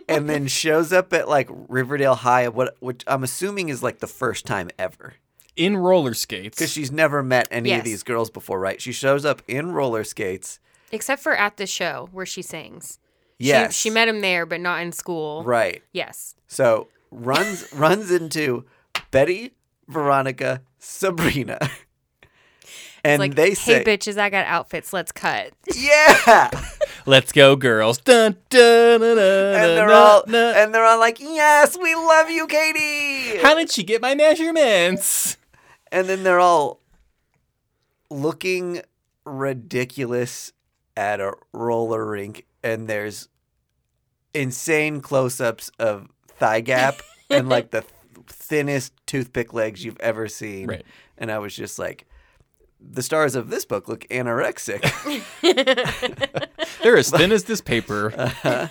Speaker 1: and then shows up at like Riverdale High what which I'm assuming is like the first time ever
Speaker 2: in roller skates.
Speaker 1: cuz she's never met any of
Speaker 3: Yes.
Speaker 1: these girls before right she shows up in roller skates
Speaker 3: Except for at the show where she sings.
Speaker 1: yes
Speaker 3: She, she met him there, but not in school.
Speaker 1: right
Speaker 3: Yes.
Speaker 1: so runs runs into Betty Veronica Sabrina and
Speaker 3: It's like,
Speaker 1: they
Speaker 3: hey,
Speaker 1: say
Speaker 3: bitches, I got outfits. Let's cut.
Speaker 1: Yeah.
Speaker 2: Let's go, girls. Dun, dun, dun, dun,
Speaker 1: And they're
Speaker 2: dun,
Speaker 1: all
Speaker 2: dun.
Speaker 1: and they're all like, "Yes, we love you, Katie."
Speaker 2: How did she get my measurements?
Speaker 1: And then they're all looking ridiculous at a roller rink and there's insane close-ups of thigh gap and like the thinnest toothpick legs you've ever seen.
Speaker 2: Right.
Speaker 1: And I was just like the stars of this book look anorexic.
Speaker 2: They're as thin as this
Speaker 1: Uh,
Speaker 2: paper.
Speaker 1: I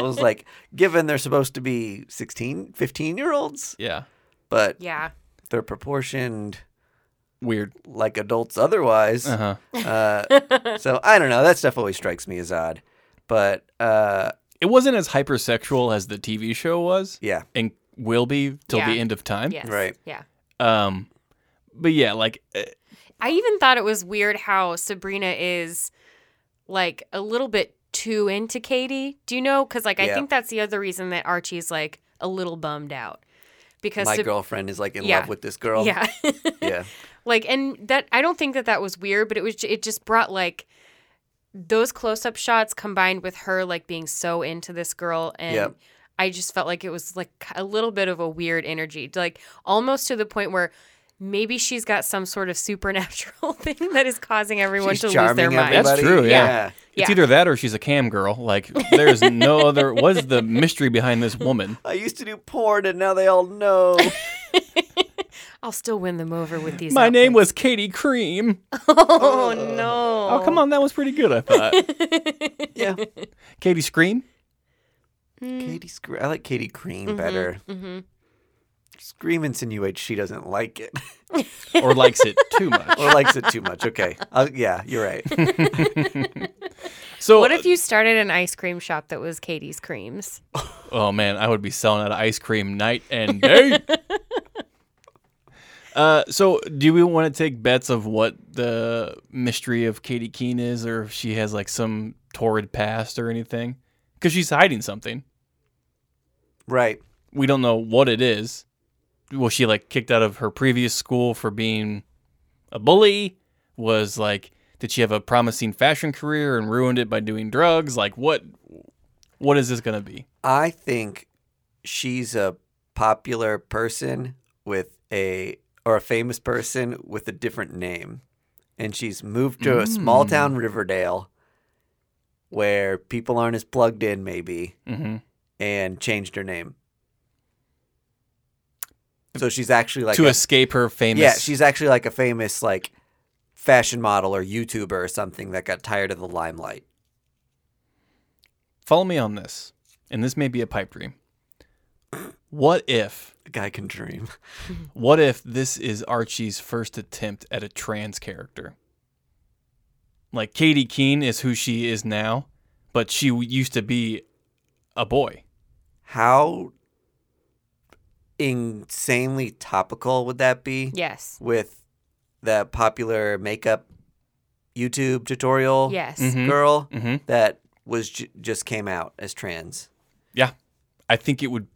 Speaker 1: was like, given they're supposed to be 16, 15 year olds,
Speaker 2: Yeah.
Speaker 1: but
Speaker 3: Yeah.
Speaker 1: they're proportioned
Speaker 2: Weird.
Speaker 1: like adults otherwise.
Speaker 2: Uh huh.
Speaker 1: Uh, so I don't know. That stuff always strikes me as odd. But uh,
Speaker 2: It wasn't as hypersexual as the TV show was
Speaker 1: yeah,
Speaker 2: and will be till
Speaker 3: Yeah.
Speaker 2: the end of time.
Speaker 3: Yes.
Speaker 1: Right.
Speaker 3: Yeah.
Speaker 2: Um, but yeah, like, uh,
Speaker 3: I even thought it was weird how Sabrina is like a little bit too into Katie. Do you know? Because like I
Speaker 1: Yeah.
Speaker 3: think that's the other reason that Archie's like a little bummed out because
Speaker 1: my
Speaker 3: Sab-
Speaker 1: girlfriend is like in
Speaker 3: Yeah.
Speaker 1: love with this girl.
Speaker 3: yeah,
Speaker 1: yeah.
Speaker 3: like and that I don't think that that was weird, but it was it just brought like those close up shots combined with her like being so into this girl and.
Speaker 1: Yep.
Speaker 3: I just felt like it was like a little bit of a weird energy, like almost to the point where maybe she's got some sort of supernatural thing that is causing everyone
Speaker 1: She's
Speaker 3: to lose
Speaker 1: charming
Speaker 3: their mind.
Speaker 1: everybody.
Speaker 2: That's true, yeah. it's
Speaker 3: Yeah.
Speaker 2: either that or she's a cam girl. Like, there's no other. What is the mystery behind this woman?
Speaker 1: I used to do porn and now they all know.
Speaker 3: I'll still win them over with these.
Speaker 2: My name
Speaker 3: outfits.
Speaker 2: was Katie Cream.
Speaker 3: Oh no!
Speaker 2: Oh, come on. That was pretty good, I thought.
Speaker 1: yeah.
Speaker 3: Mm-hmm.
Speaker 2: Katie Scream?
Speaker 1: Katie Scre- I like Katie Cream better.
Speaker 3: Mhm.
Speaker 1: Scream insinuates she doesn't like it
Speaker 2: Or likes it too much.
Speaker 1: or likes it too much. Okay. Uh, yeah, you're right.
Speaker 2: So,
Speaker 3: What if you started an ice cream shop that was Katie's Creams?
Speaker 2: Oh man, I would be selling out ice cream night and day. uh, so, do we want to take bets of what the mystery of Katie Keene is, or if she has like some torrid past or anything? Because she's hiding something.
Speaker 1: Right.
Speaker 2: We don't know what it is. Was she like kicked out of her previous school for being a bully? Was like, did she have a promising fashion career and ruined it by doing drugs? Like, what? What is this gonna be?
Speaker 1: I think she's a popular person with a or a famous person with a different name. And she's moved to a small
Speaker 2: Mm.
Speaker 1: town Riverdale where people aren't as plugged in maybe
Speaker 2: Mm-hmm.
Speaker 1: and changed her name. So she's actually like
Speaker 2: to
Speaker 1: a,
Speaker 2: escape her famous.
Speaker 1: Yeah, she's actually like a famous like fashion model or YouTuber or something that got tired of the limelight.
Speaker 2: follow me on this, and this may be a pipe dream. What if,
Speaker 1: A guy can dream.
Speaker 2: what if this is Archie's first attempt at a trans character? Like Katie Keene is who she is now, but she w- used to be a boy.
Speaker 1: How insanely topical would that be
Speaker 3: Yes.
Speaker 1: with that popular makeup YouTube tutorial
Speaker 3: Yes.
Speaker 2: Mhm.
Speaker 1: girl
Speaker 2: Mhm.
Speaker 1: that was j- just came out as trans?
Speaker 2: Yeah. I think it would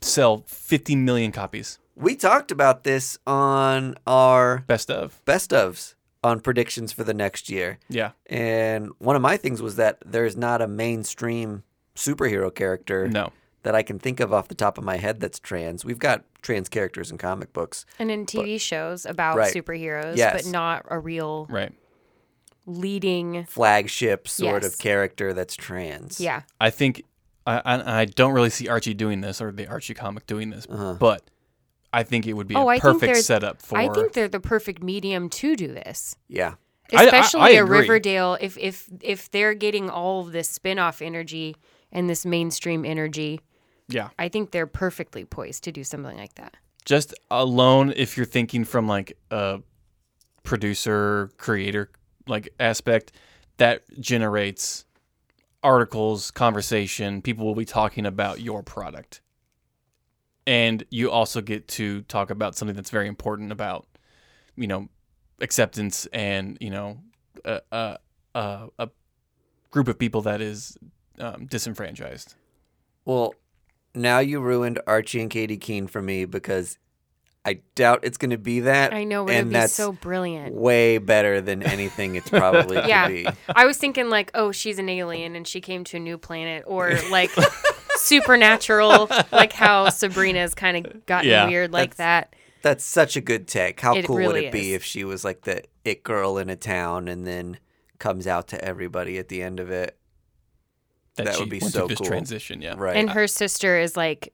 Speaker 2: sell 50 million copies.
Speaker 1: We talked about this on our
Speaker 2: Best of.
Speaker 1: best ofs on predictions for the next year.
Speaker 2: Yeah.
Speaker 1: And one of my things was that there's not a mainstream superhero character
Speaker 2: No.
Speaker 1: that I can think of off the top of my head that's trans. We've got trans characters in comic books.
Speaker 3: And in TV shows about
Speaker 1: Right.
Speaker 3: superheroes,
Speaker 1: Yes.
Speaker 3: but not a real
Speaker 2: Right.
Speaker 3: leading.
Speaker 1: Flagship sort
Speaker 3: Yes.
Speaker 1: of character that's trans.
Speaker 3: Yeah.
Speaker 2: I think I, I I don't really see Archie doing this or the Archie comic doing this, but I think it would be
Speaker 3: Oh,
Speaker 2: a
Speaker 3: I think
Speaker 2: perfect
Speaker 3: there's-
Speaker 2: setup for.
Speaker 3: I think they're the perfect medium to do this.
Speaker 1: Yeah.
Speaker 2: I- I-
Speaker 3: Especially
Speaker 2: I
Speaker 3: a
Speaker 2: agree.
Speaker 3: Riverdale, if if if they're getting all of this spin-off energy and this mainstream energy,
Speaker 2: yeah,
Speaker 3: I think they're perfectly poised to do something like that.
Speaker 2: just alone if you're thinking from like a producer creator like aspect that generates articles, conversation. People will be talking about your product, and you also get to talk about something that's very important about you know acceptance and you know a a, a, a group of people that is um, disenfranchised.
Speaker 1: Well, now you ruined Archie and Katie Keene for me because I doubt it's going to be that.
Speaker 3: I know, but
Speaker 1: and
Speaker 3: it'd be
Speaker 1: that's
Speaker 3: so brilliant.
Speaker 1: way better than anything it's probably
Speaker 3: Yeah.
Speaker 1: to be.
Speaker 3: I was thinking like, oh, she's an alien and she came to a new planet, or like supernatural, like how Sabrina's kind of gotten
Speaker 2: Yeah,
Speaker 3: weird like that.
Speaker 1: That's such a good take. How
Speaker 3: It
Speaker 1: cool would
Speaker 3: really
Speaker 1: it be
Speaker 3: is.
Speaker 1: if she was like the it girl in a town and then comes out to everybody at the end of it?
Speaker 2: That,
Speaker 1: That
Speaker 2: she
Speaker 1: would be
Speaker 2: went
Speaker 1: so
Speaker 2: through this
Speaker 1: cool.
Speaker 2: transition, yeah.
Speaker 1: Right.
Speaker 3: And her sister is like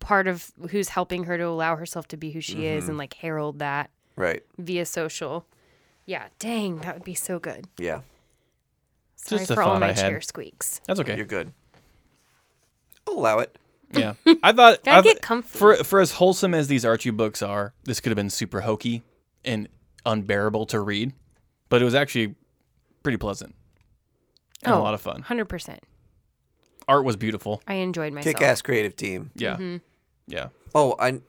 Speaker 3: part of who's helping her to allow herself to be who she is and like herald that
Speaker 1: right.
Speaker 3: via social. Yeah, dang, that would be so good.
Speaker 1: Yeah.
Speaker 3: Sorry
Speaker 2: Just a
Speaker 3: for all
Speaker 2: thought
Speaker 3: my
Speaker 2: I had.
Speaker 3: chair squeaks.
Speaker 2: That's okay.
Speaker 1: You're good. I'll allow it.
Speaker 2: Yeah, I thought
Speaker 3: Gotta
Speaker 2: I
Speaker 3: get
Speaker 2: th-
Speaker 3: comfy.
Speaker 2: for for as wholesome as these Archie books are. This could have been super hokey and unbearable to read, but it was actually pretty pleasant and a
Speaker 3: Oh.
Speaker 2: lot of fun.
Speaker 3: Hundred percent.
Speaker 2: Art was beautiful.
Speaker 3: I enjoyed myself.
Speaker 1: Kick ass creative team.
Speaker 2: Yeah, yeah.
Speaker 1: Oh, I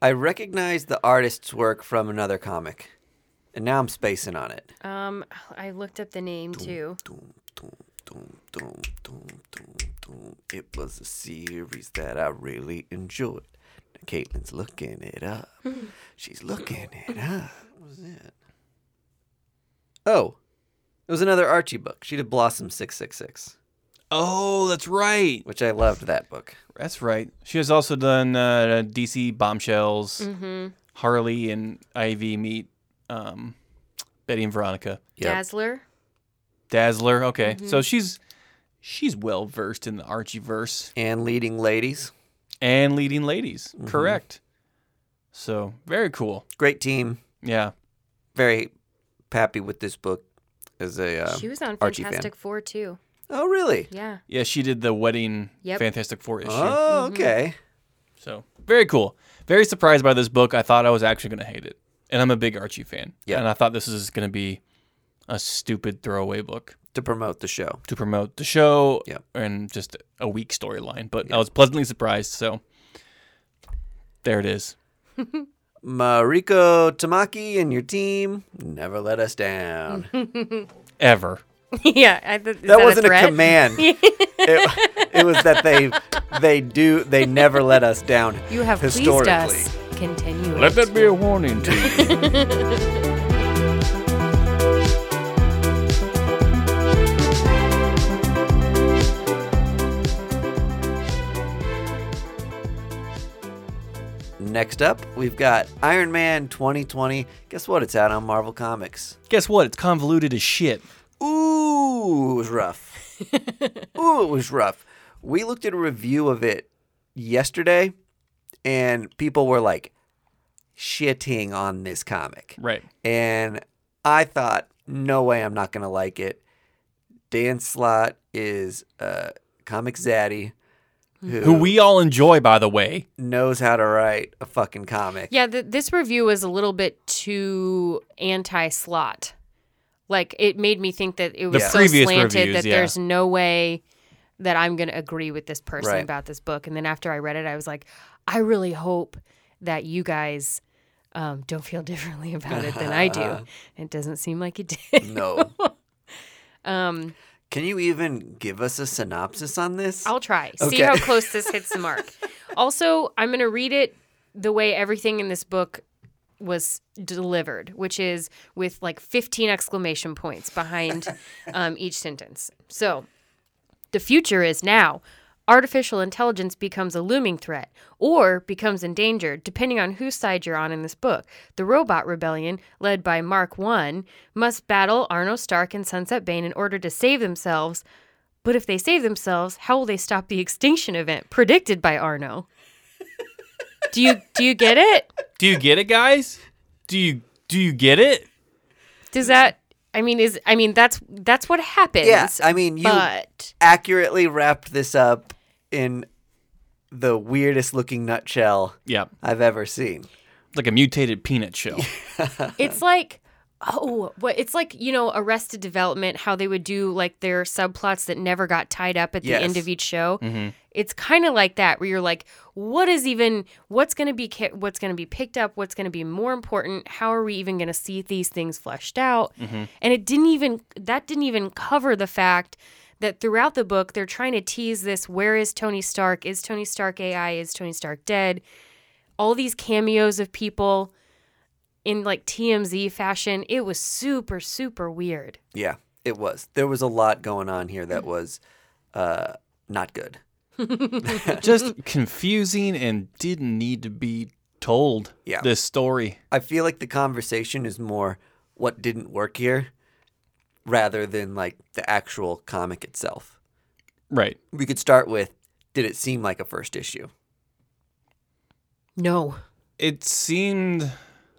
Speaker 1: I recognize the artist's work from another comic. And now I'm spacing on it.
Speaker 3: Um, I looked up the name too.
Speaker 1: Doom, doom, doom, doom, doom, doom, doom. It was a series that I really enjoyed. Now Caitlin's looking it up. She's looking it up. What was it? Oh, it was another Archie book. She did Blossom 666,
Speaker 2: Oh, that's right.
Speaker 1: which I loved that book.
Speaker 2: That's right. She has also done uh, DC Bombshells, Harley and Ivy meet um, Betty and Veronica.
Speaker 3: Dazzler.
Speaker 2: Dazzler. Okay, so she's she's well versed in the Archie verse.
Speaker 1: And Leading Ladies.
Speaker 2: and leading ladies. Correct. So very cool.
Speaker 1: Great team.
Speaker 2: Yeah.
Speaker 1: Very happy with this book as a. Uh,
Speaker 3: She was on
Speaker 1: Archie fan.
Speaker 3: Fantastic Four too.
Speaker 1: oh, really?
Speaker 3: Yeah.
Speaker 2: Yeah, she did the wedding
Speaker 3: Yep.
Speaker 2: Fantastic Four issue.
Speaker 1: Oh,
Speaker 3: Mm-hmm.
Speaker 1: okay.
Speaker 2: So very cool. Very surprised by this book. I thought I was actually gonna hate it. And I'm a big Archie fan.
Speaker 1: Yeah.
Speaker 2: And I thought this is gonna be a stupid throwaway book
Speaker 1: To promote the show.
Speaker 2: to promote the show
Speaker 1: Yep.
Speaker 2: and just a weak storyline. But I was pleasantly surprised, so there it is.
Speaker 1: Mariko Tamaki and your team never let us down.
Speaker 2: Ever.
Speaker 3: yeah. I th- is
Speaker 1: that,
Speaker 3: Mm-hmm. a
Speaker 1: wasn't a,
Speaker 3: threat?
Speaker 1: command. it, it was that they they do they never let us down.
Speaker 3: You have pleased
Speaker 1: historically.
Speaker 3: us. Continue. it.
Speaker 2: that be a warning to you.
Speaker 1: Next up, we've got Iron Man 2020. Guess what? It's out on Marvel Comics.
Speaker 2: Guess what? It's convoluted as shit.
Speaker 1: Ooh, it was rough. Ooh, it was rough. We looked at a review of it yesterday, and people were like shitting on this comic.
Speaker 2: Right.
Speaker 1: and I thought, no way, I'm not gonna like it. Dan Slott is a comic zaddy who,
Speaker 2: Who we all enjoy, by the way.
Speaker 1: knows how to write a fucking comic.
Speaker 3: Yeah, th- this review was a little bit too anti slot. Like it made me think that it was so
Speaker 2: previous
Speaker 3: slanted
Speaker 2: reviews,
Speaker 3: that
Speaker 2: yeah.
Speaker 3: there's no way that I'm going to agree with this person
Speaker 1: Right.
Speaker 3: about this book. And then after I read it, I was like, I really hope that you guys um, don't feel differently about it than I do. It doesn't seem like you did.
Speaker 1: No.
Speaker 3: Um,
Speaker 1: Can you even give us a synopsis on this?
Speaker 3: I'll try. See
Speaker 1: Okay.
Speaker 3: how close this hits the mark. also, I'm going to read it the way everything in this book was delivered, which is with like 15 exclamation points behind um, each sentence. So, the future is now. Artificial intelligence becomes a looming threat or becomes endangered, depending on whose side you're on in this book. The robot rebellion, led by Mark One, must battle Arno Stark and Sunset Bane in order to save themselves. But if they save themselves, how will they stop the extinction event predicted by Arno? do you do you get it?
Speaker 2: Do you get it, guys? Do you do you get it?
Speaker 3: Does that? I mean, is I mean that's that's what happens.
Speaker 1: yeah, I mean, you
Speaker 3: but
Speaker 1: accurately wrapped this up in the weirdest looking nutshell
Speaker 2: Yeah,
Speaker 1: I've ever seen.
Speaker 2: like a mutated peanut shell.
Speaker 3: it's like oh, what it's like you know Arrested Development, how they would do like their subplots that never got tied up at the
Speaker 1: Yes.
Speaker 3: end of each show. It's kind of like that where you're like, what is even what's going to be ca- what's going to be picked up, what's going to be more important? How are we even going to see these things fleshed out? And it didn't even that didn't even cover the fact that throughout the book they're trying to tease this where is Tony Stark? Is Tony Stark AI? Is Tony Stark dead? All these cameos of people in like TMZ fashion. It was super super weird.
Speaker 1: Yeah, it was. There was a lot going on here that was uh, not good.
Speaker 2: Just confusing and didn't need to be told.
Speaker 1: Yeah.
Speaker 2: this story.
Speaker 1: I feel like the conversation is more what didn't work here rather than like the actual comic itself.
Speaker 2: Right.
Speaker 1: We could start with did it seem like a first issue?
Speaker 3: No.
Speaker 2: It seemed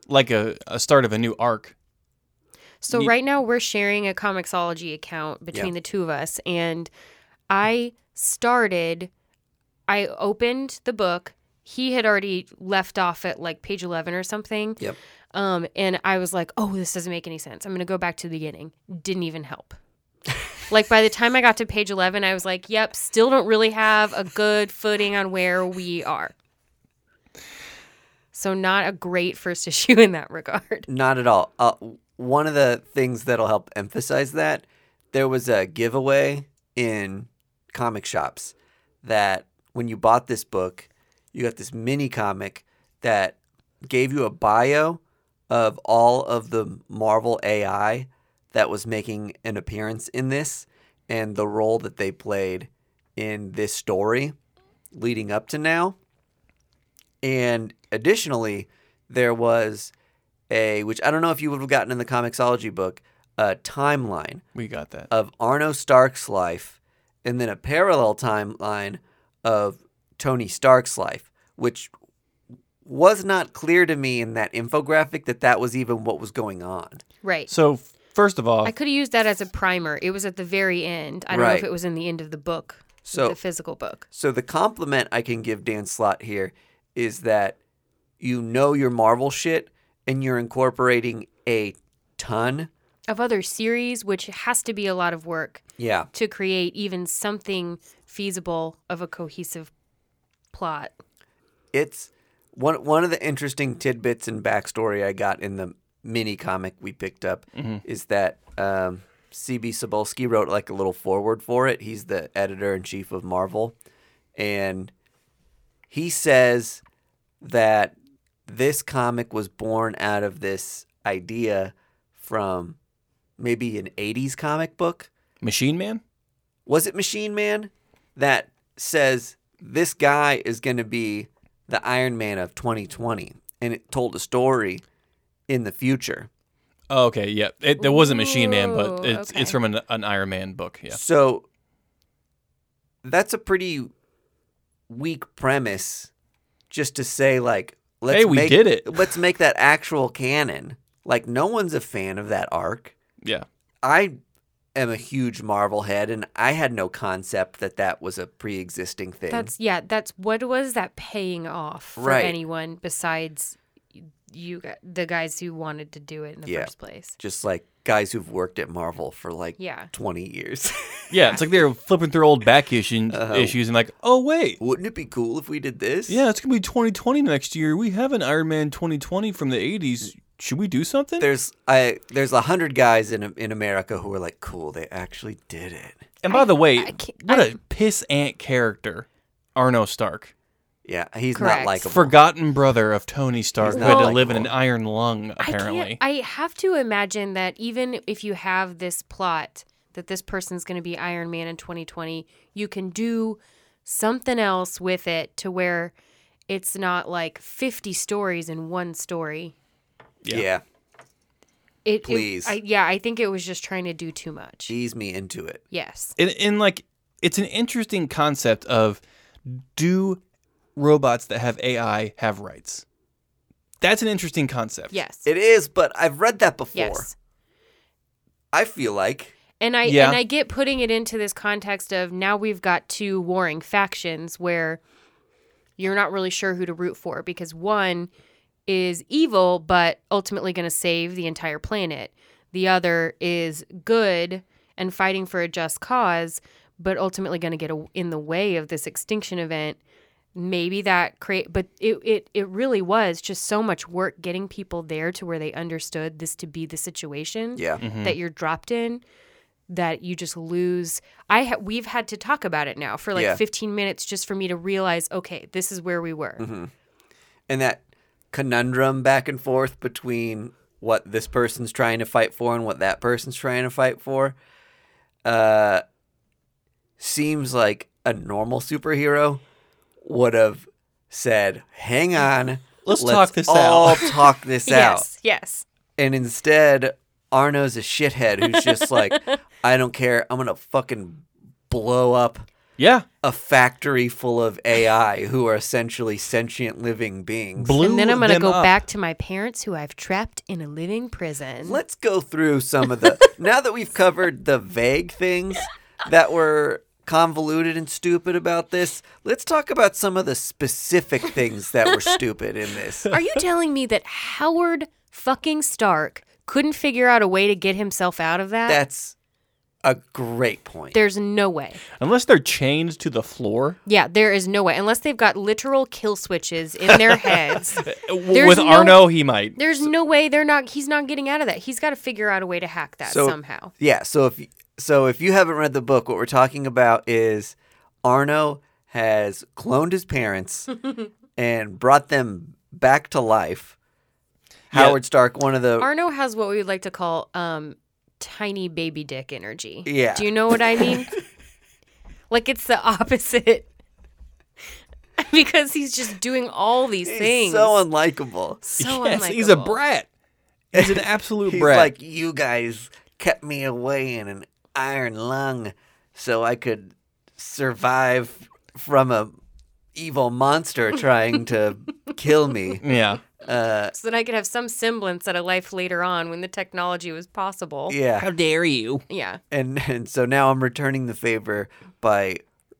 Speaker 2: like a, a start of a new arc.
Speaker 3: So
Speaker 2: Ye-
Speaker 3: right now we're sharing a Comixology account between
Speaker 1: Yeah.
Speaker 3: the two of us, and I started. I opened the book. He had already left off at like page eleven or something.
Speaker 1: Yep.
Speaker 3: Um, and I was like, "Oh, this doesn't make any sense. I'm gonna go back to the beginning." Didn't even help. like by the time I got to page eleven, I was like, "Yep, still don't really have a good footing on where we are." So not a great first issue in that regard.
Speaker 1: Not at all. Uh, one of the things that'll help emphasize that there was a giveaway in comic shops that when you bought this book, you got this mini comic that gave you a bio of all of the Marvel AI that was making an appearance in this and the role that they played in this story leading up to now. And additionally, there was a, which I don't know if you would have gotten in the Comixology book, a timeline
Speaker 2: We got that.
Speaker 1: of Arno Stark's life and then a parallel timeline of Tony Stark's life, which was not clear to me in that infographic that that was even what was going on.
Speaker 3: Right.
Speaker 2: So first of all,
Speaker 3: I could have used that as a primer. It was at the very end. I don't know if
Speaker 1: Right.
Speaker 3: it was in the end of the book,
Speaker 1: So-
Speaker 3: the physical book.
Speaker 1: So the compliment I can give Dan Slott here is that you know your Marvel shit and you're incorporating a ton.
Speaker 3: Of other series, which has to be a lot of work
Speaker 1: Yeah.
Speaker 3: to create even something feasible of a cohesive plot.
Speaker 1: it's one one of the interesting tidbits and backstory I got in the mini comic we picked up is that um, CB Sobolski wrote like a little forward for it. He's the editor in chief of Marvel, and he says that this comic was born out of this idea from maybe an 80s comic book
Speaker 2: Machine Man.
Speaker 1: was it Machine Man that says this guy is going to be the Iron Man of 2020 and it told a story in the future.
Speaker 2: Oh, okay, yeah. It, there was a Machine Man, but
Speaker 3: Ooh,
Speaker 2: it's
Speaker 3: okay.
Speaker 2: it's from an, an Iron Man book. Yeah.
Speaker 1: So that's a pretty weak premise just to say like let's
Speaker 2: Hey, we
Speaker 1: make
Speaker 2: did it.
Speaker 1: let's make that actual canon. Like no one's a fan of that arc.
Speaker 2: Yeah.
Speaker 1: I am a huge Marvel head and I had no concept that that was a pre-existing thing.
Speaker 3: That's, yeah, that's what was that paying off for
Speaker 1: Right.
Speaker 3: anyone besides you gu- the guys who wanted to do it in the
Speaker 1: Yeah.
Speaker 3: first place.
Speaker 1: Just like guys who've worked at Marvel for like
Speaker 3: Yeah.
Speaker 1: 20 years.
Speaker 2: Yeah, it's like they're flipping through old back issue, issues and like, oh wait,
Speaker 1: Wouldn't it be cool if we did this?
Speaker 2: yeah, it's gonna be 2020 next year. We have an Iron Man 2020 from the 80s. Should we do something?
Speaker 1: There's I there's a hundred guys in in America who are like, cool, they actually did it.
Speaker 2: and by the way,
Speaker 3: I can't-
Speaker 2: what
Speaker 3: I-
Speaker 2: a piss ant character, Arno Stark,
Speaker 1: Yeah, he's not
Speaker 3: Correct.
Speaker 1: likable.
Speaker 2: forgotten brother of Tony
Speaker 1: He's
Speaker 2: Stark, who
Speaker 1: not
Speaker 2: had to
Speaker 1: likable.
Speaker 2: live in an iron lung apparently.
Speaker 3: I, can't, I have to imagine that even if you have this plot that this person's going to be Iron Man in 2020, you can do something else with it to where it's not like 50 stories in one story.
Speaker 1: yeah.
Speaker 3: It, it-
Speaker 1: Please.
Speaker 3: I, yeah, I think it was just trying to do too much.
Speaker 1: Geez me into it.
Speaker 3: Yes.
Speaker 2: and, and like it's an interesting concept of do robots that have AI have rights? That's an interesting concept.
Speaker 3: Yes.
Speaker 1: It is, but I've read that before.
Speaker 3: yes.
Speaker 1: I feel like
Speaker 3: And I
Speaker 2: Yeah.
Speaker 3: and I get putting it into this context of now we've got two warring factions where you're not really sure who to root for because one is evil but ultimately going to save the entire planet. The other is good and fighting for a just cause but ultimately going to get a, in the way of this extinction event. Maybe that create but it, it it really was just so much work getting people there to where they understood this to be the situation
Speaker 1: yeah.
Speaker 3: that you're dropped in that you just lose i ha- we've had to talk about it now for like
Speaker 1: Yeah.
Speaker 3: 15 minutes just for me to realize okay this is where we were
Speaker 1: And that conundrum back and forth between what this person's trying to fight for and what that person's trying to fight for uh seems like a normal superhero would have said, "Hang on,
Speaker 2: Let's talk this out."
Speaker 1: all talk this out."
Speaker 3: yes yes
Speaker 1: And instead, Arno's a shithead who's just like, I don't care. I'm going to fucking blow up
Speaker 2: Yeah.
Speaker 1: a factory full of AI who are essentially sentient living beings.
Speaker 2: Blew
Speaker 3: and then i'm gonna
Speaker 2: them
Speaker 3: go
Speaker 2: up.
Speaker 3: back to my parents who i've trapped in a living prison
Speaker 1: Let's go through some of the. now that we've covered the vague things that were convoluted and stupid about this, let's talk about some of the specific things that were stupid in this.
Speaker 3: are you telling me that howard fucking stark couldn't figure out a way to get himself out of that
Speaker 1: That's a great point.
Speaker 3: there's no way
Speaker 2: Unless they're chained to the floor
Speaker 3: yeah there is no way unless they've got literal kill switches in their heads There's
Speaker 2: with
Speaker 3: no-
Speaker 2: Arno, he might.
Speaker 3: There's no way they're not. He's not getting out of that. He's got to figure out a way to hack that somehow.
Speaker 1: Yeah. So if so, if you haven't read the book, what we're talking about is Arno has cloned his parents and brought them back to life.
Speaker 2: Yeah.
Speaker 1: Howard Stark, one of the
Speaker 3: Arno has what we would like to call um, tiny baby dick energy.
Speaker 1: Yeah.
Speaker 3: Do you know what I mean? like it's the opposite because he's just doing all these
Speaker 1: he's
Speaker 3: things.
Speaker 1: so unlikable.
Speaker 3: so
Speaker 2: yes, he's a
Speaker 3: unlikable.
Speaker 2: brat. He's an absolute
Speaker 1: He's
Speaker 2: brat.
Speaker 1: like, you guys kept me away in an iron lung so I could survive from a evil monster trying to kill me.
Speaker 2: yeah.
Speaker 1: Uh,
Speaker 3: So that I could have some semblance at a life later on when the technology was possible.
Speaker 1: yeah.
Speaker 2: dare you?
Speaker 3: Yeah.
Speaker 1: and and so now I'm returning the favor by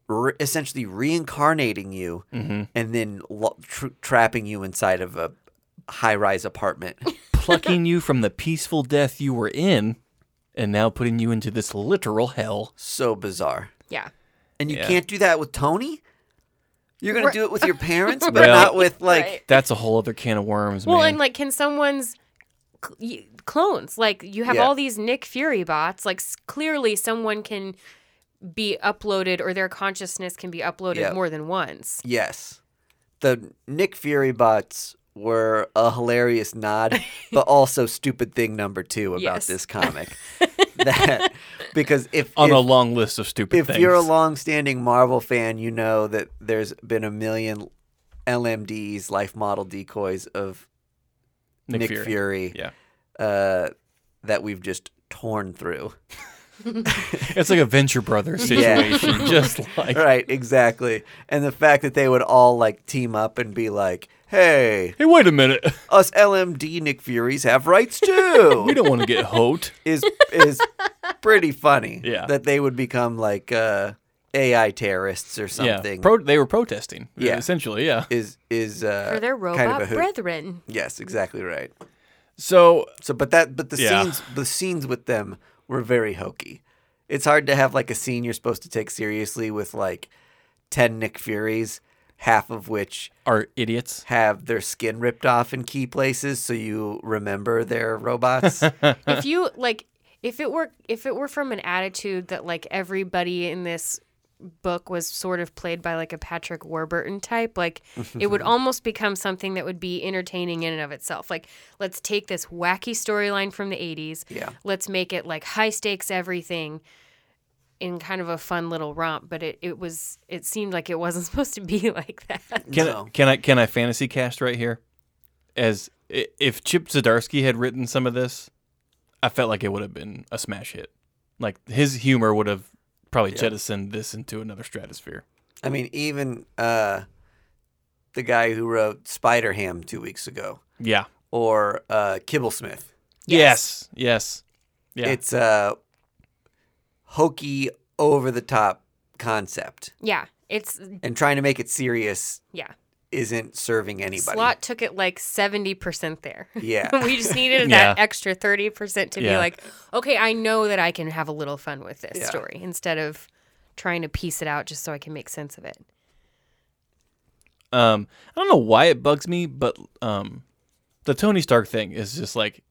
Speaker 1: re- essentially reincarnating you
Speaker 2: Mm-hmm.
Speaker 1: and then lo- tr- trapping you inside of a high-rise apartment.
Speaker 2: Plucking you from the peaceful death you were in and now putting you into this literal hell.
Speaker 1: so bizarre.
Speaker 3: Yeah.
Speaker 1: And you
Speaker 2: Yeah.
Speaker 1: can't do that with Tony. You're gonna
Speaker 3: Right.
Speaker 1: do it with your parents, but
Speaker 2: Well-
Speaker 1: not with like.
Speaker 3: Right.
Speaker 2: That's a whole other can of worms,
Speaker 3: Well,
Speaker 2: man.
Speaker 3: and like, can someone's cl- y- clones like you have
Speaker 1: Yeah.
Speaker 3: all these Nick Fury bots? Like, s- clearly, someone can be uploaded or their consciousness can be uploaded
Speaker 1: Yeah.
Speaker 3: more than once.
Speaker 1: Yes, the Nick Fury bots were a hilarious nod, but also stupid thing number two about
Speaker 3: Yes.
Speaker 1: this comic. that because if
Speaker 2: on
Speaker 1: if,
Speaker 2: a long list of stupid
Speaker 1: if
Speaker 2: things.
Speaker 1: you're a long-standing Marvel fan, you know that there's been a million LMDs, life model decoys of Nick, Fury,
Speaker 2: Yeah.
Speaker 1: uh, that we've just torn through.
Speaker 2: It's like a Venture Brothers
Speaker 1: Yeah.
Speaker 2: situation. Just like,
Speaker 1: right, exactly. And the fact that they would all like team up and be like, "Hey,
Speaker 2: hey, wait a minute.
Speaker 1: us LMD Nick Furies have rights too."
Speaker 2: We don't want to get hoed.
Speaker 1: is is pretty funny.
Speaker 2: Yeah.
Speaker 1: that they would become like uh, AI terrorists or
Speaker 2: Yeah,
Speaker 1: something.
Speaker 2: Pro- they were protesting.
Speaker 1: Yeah.
Speaker 2: essentially, yeah.
Speaker 1: is is uh,
Speaker 3: for their robot
Speaker 1: kind of a hoot.
Speaker 3: brethren.
Speaker 1: Yes, exactly right.
Speaker 2: So
Speaker 1: So, but that, but the
Speaker 2: Yeah.
Speaker 1: scenes, the scenes with them were very hokey. It's hard to have like a scene you're supposed to take seriously with like ten Nick Furies, half of which
Speaker 2: are idiots.
Speaker 1: have their skin ripped off in key places, so you remember they're robots.
Speaker 3: if you like if it were if it were from an attitude that like everybody in this book was sort of played by like a Patrick Warburton type, like it would almost become something that would be entertaining in and of itself. Like let's take this wacky storyline from the 80s.
Speaker 1: Yeah.
Speaker 3: Let's make it like high stakes everything in kind of a fun little romp, but it, it was it seemed like it wasn't supposed to be like that.
Speaker 2: Can
Speaker 1: No.
Speaker 2: I, can I can I fantasy cast right here? As i- if Chip Zdarsky had written some of this, I felt like it would have been a smash hit. Like his humor would have probably jettisoned this into another stratosphere.
Speaker 1: I mean, even uh, the guy who wrote Spider Ham two weeks ago,
Speaker 2: Yeah.
Speaker 1: or uh, Kibblesmith.
Speaker 2: Yes. Yes. Yeah.
Speaker 1: It's a hokey, over the top concept,
Speaker 3: Yeah. It's
Speaker 1: and trying to make it serious
Speaker 3: yeah.
Speaker 1: isn't serving anybody.
Speaker 3: Slot took it like 70% there.
Speaker 1: Yeah.
Speaker 3: we just needed
Speaker 2: Yeah.
Speaker 3: that extra 30% to be
Speaker 2: Yeah.
Speaker 3: like, okay, I know that I can have a little fun with this
Speaker 1: Yeah.
Speaker 3: story instead of trying to piece it out just so I can make sense of it.
Speaker 2: Um, I don't know why it bugs me, but um, the Tony Stark thing is just like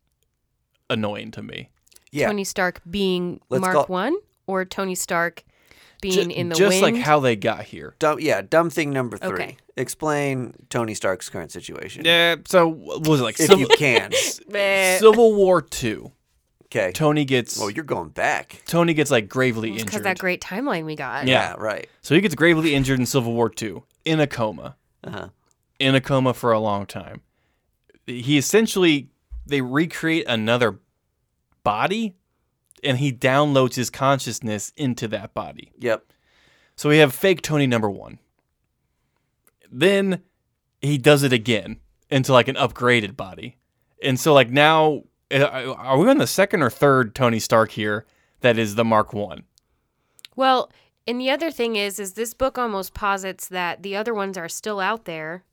Speaker 2: annoying to me.
Speaker 1: Yeah.
Speaker 3: Tony Stark being
Speaker 1: Let's
Speaker 3: Mark
Speaker 1: call- 1
Speaker 3: 1 or Tony Stark
Speaker 2: Ju-
Speaker 3: being in the
Speaker 2: just
Speaker 3: wind.
Speaker 2: like how they got here.
Speaker 1: Dumb, yeah, dumb thing number three.
Speaker 3: Okay.
Speaker 1: Explain Tony Stark's current situation.
Speaker 2: Yeah. So what was it like
Speaker 1: If
Speaker 2: Civil,
Speaker 1: you can.
Speaker 3: Eh,
Speaker 2: Civil War Two?
Speaker 1: Okay.
Speaker 2: Tony gets
Speaker 1: Well, you're going back.
Speaker 2: Tony gets like gravely
Speaker 3: it's 'cause
Speaker 2: injured.
Speaker 3: that great timeline we got.
Speaker 2: Yeah.
Speaker 1: right.
Speaker 2: so he gets gravely injured in Civil War Two in a coma,
Speaker 1: Uh-huh.
Speaker 2: in a coma for a long time. He essentially they recreate another body, and he downloads his consciousness into that body.
Speaker 1: Yep.
Speaker 2: So we have fake Tony number one. Then he does it again into like an upgraded body. And so, like, now uh, are we on the second or third Tony Stark here that is the Mark One?
Speaker 3: Well, and the other thing is, is this book almost posits that the other ones are still out there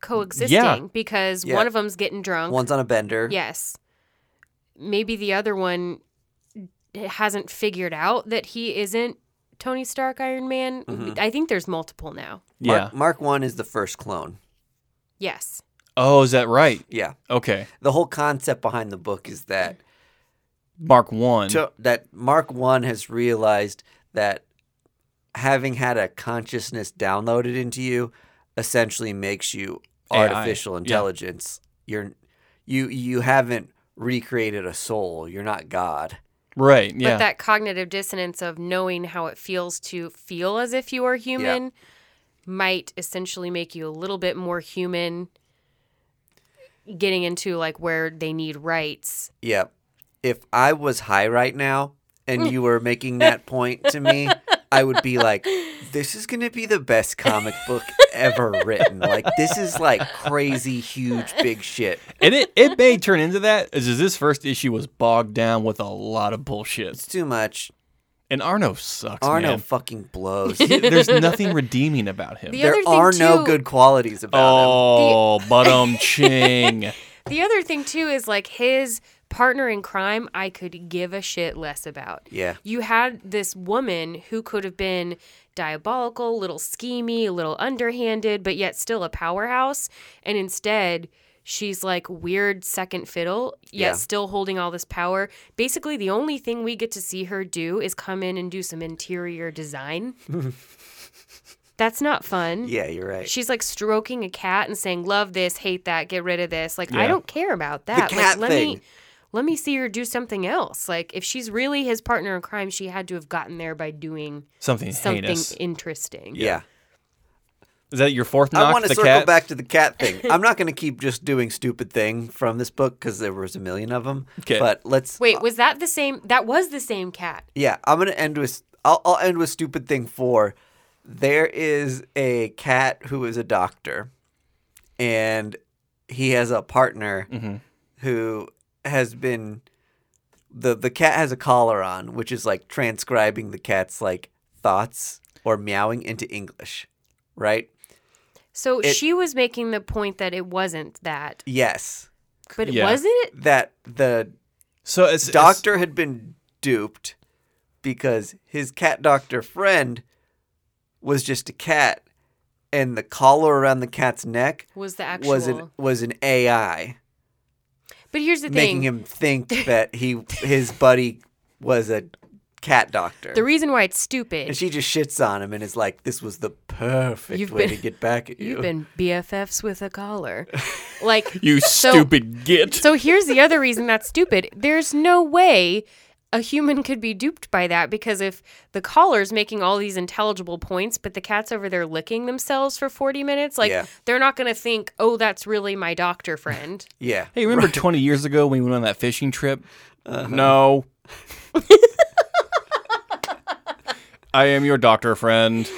Speaker 3: coexisting because
Speaker 1: Yeah.
Speaker 3: one of them's getting drunk.
Speaker 1: One's on a bender.
Speaker 3: Yes. Maybe the other one hasn't figured out that he isn't Tony Stark Iron Man. I think there's multiple now.
Speaker 1: Mark, Mark one is the first clone.
Speaker 3: Yes.
Speaker 2: Oh, is that right?
Speaker 1: Yeah.
Speaker 2: Okay.
Speaker 1: The whole concept behind the book is that
Speaker 2: Mark One.
Speaker 1: to, that Mark One has realized that having had a consciousness downloaded into you essentially makes you
Speaker 2: AI,
Speaker 1: artificial
Speaker 2: yeah.
Speaker 1: intelligence. You're you you haven't recreated a soul. You're not God.
Speaker 2: right. Yeah.
Speaker 3: But that cognitive dissonance of knowing how it feels to feel as if you are human might essentially make you a little bit more human getting into like where they need rights.
Speaker 1: Yeah. If I was high right now and you were making that point to me, I would be like, this is going to be the best comic book ever written. Like, this is like crazy, huge, big shit.
Speaker 2: and it, it may turn into that. Is this first issue was bogged down with a lot of bullshit.
Speaker 1: It's too much.
Speaker 2: And Arno sucks.
Speaker 1: Arno
Speaker 2: man.
Speaker 1: fucking blows.
Speaker 2: There's nothing redeeming about him.
Speaker 3: The
Speaker 1: there
Speaker 3: other thing,
Speaker 1: are no
Speaker 3: too-
Speaker 1: good qualities about him.
Speaker 2: Oh, but um, ching.
Speaker 3: The other thing too is like his partner in crime I could give a shit less about.
Speaker 1: Yeah.
Speaker 3: You had this woman who could have been diabolical, little schemy, a little underhanded, but yet still a powerhouse. And instead, she's like weird second fiddle, yet
Speaker 1: Yeah.
Speaker 3: still holding all this power. Basically, the only thing we get to see her do is come in and do some interior design. That's not fun.
Speaker 1: Yeah, you're right.
Speaker 3: She's like stroking a cat and saying, "Love this, hate that, get rid of this." Like I
Speaker 2: Yeah.
Speaker 3: don't care about that.
Speaker 1: cat
Speaker 3: like let
Speaker 1: thing.
Speaker 3: me let me see her do something else. Like if she's really his partner in crime, she had to have gotten there by doing
Speaker 2: Something,
Speaker 3: something
Speaker 2: heinous.
Speaker 3: interesting.
Speaker 1: yeah.
Speaker 2: Is that your fourth knock?
Speaker 1: I want to
Speaker 2: the
Speaker 1: circle
Speaker 2: cat?
Speaker 1: back to the cat thing. I'm not going to keep just doing stupid thing from this book because there was a million of them.
Speaker 2: 'Kay.
Speaker 1: But let's
Speaker 3: Wait, was that the same? That was the same cat.
Speaker 1: Yeah, I'm gonna end with I'll, I'll end with stupid thing four. There is a cat who is a doctor, and he has a partner
Speaker 2: Mm-hmm.
Speaker 1: who has been the the cat has a collar on, which is like transcribing the cat's like thoughts or meowing into English, right?
Speaker 3: So
Speaker 1: It-
Speaker 3: she was making the point that it wasn't that,
Speaker 1: Yes.
Speaker 3: but it
Speaker 2: Yeah.
Speaker 3: wasn't it?
Speaker 1: That the
Speaker 4: So it's it's-
Speaker 1: doctor had been duped because his cat doctor friend was just a cat and the collar around the cat's neck
Speaker 3: Was the actual?
Speaker 1: was an was an AI
Speaker 3: but here's the
Speaker 1: making
Speaker 3: thing:
Speaker 1: him think that he his buddy was a cat doctor.
Speaker 3: the reason why it's stupid.
Speaker 1: and she just shits on him and is like, "This was the perfect
Speaker 3: You've
Speaker 1: way
Speaker 3: been-
Speaker 1: to get back at you."
Speaker 3: You've been BFFs with a collar, like
Speaker 2: You
Speaker 3: So-
Speaker 2: stupid git.
Speaker 3: So here's the other reason that's stupid. There's no way a human could be duped by that because if the caller's making all these intelligible points, but the cat's over there licking themselves for 40 minutes, like
Speaker 1: Yeah.
Speaker 3: they're not going to think, oh, that's really my doctor friend.
Speaker 1: yeah,
Speaker 2: Hey, remember 20 years ago when we went on that fishing trip?
Speaker 1: Uh-huh.
Speaker 2: No. I am your doctor friend.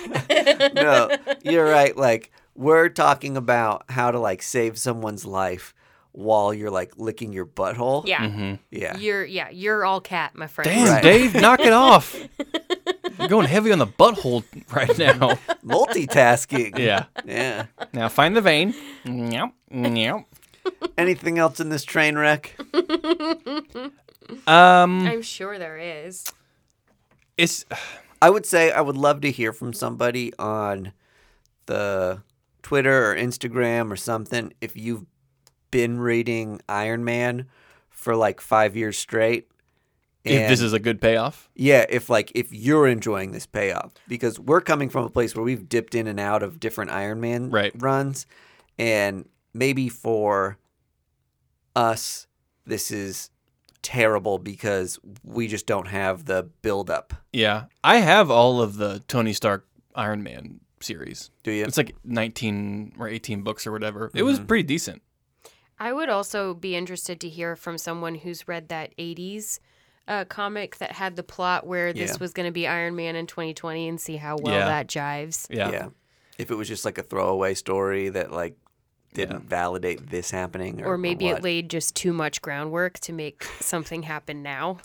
Speaker 1: no, you're right. Like we're talking about how to like save someone's life while you're like licking your butthole.
Speaker 3: Yeah.
Speaker 1: yeah.
Speaker 3: You're, yeah, you're all cat, my friend.
Speaker 2: Damn,
Speaker 1: Right.
Speaker 2: Dave, knock it off. You're going heavy on the butthole right now.
Speaker 1: Multitasking.
Speaker 2: Yeah.
Speaker 1: yeah.
Speaker 2: Now find the vein. Yep. Yep.
Speaker 1: Anything else in this train wreck?
Speaker 2: Um,
Speaker 3: I'm sure there is.
Speaker 2: it's
Speaker 1: I would say I would love to hear from somebody on the Twitter or Instagram or something if you've been reading Iron Man for like five years straight.
Speaker 2: if this
Speaker 1: and-
Speaker 2: is a good payoff.
Speaker 1: yeah, if like if you're enjoying this payoff because we're coming from a place where we've dipped in and out of different Iron Man
Speaker 2: Right.
Speaker 1: runs, and maybe for us this is terrible because we just don't have the build up.
Speaker 2: Yeah, I have all of the Tony Stark Iron Man series.
Speaker 1: Do you?
Speaker 2: It's like 19 or 18 books or whatever. It was pretty decent.
Speaker 3: I would also be interested to hear from someone who's read that 80s uh, comic that had the plot where this
Speaker 1: Yeah.
Speaker 3: was going to be Iron Man in 2020 and see how well
Speaker 2: Yeah.
Speaker 3: that jives.
Speaker 2: Yeah.
Speaker 1: If it was just like a throwaway story that like didn't validate this happening, or,
Speaker 3: or maybe
Speaker 1: what.
Speaker 3: it laid just too much groundwork to make something happen now.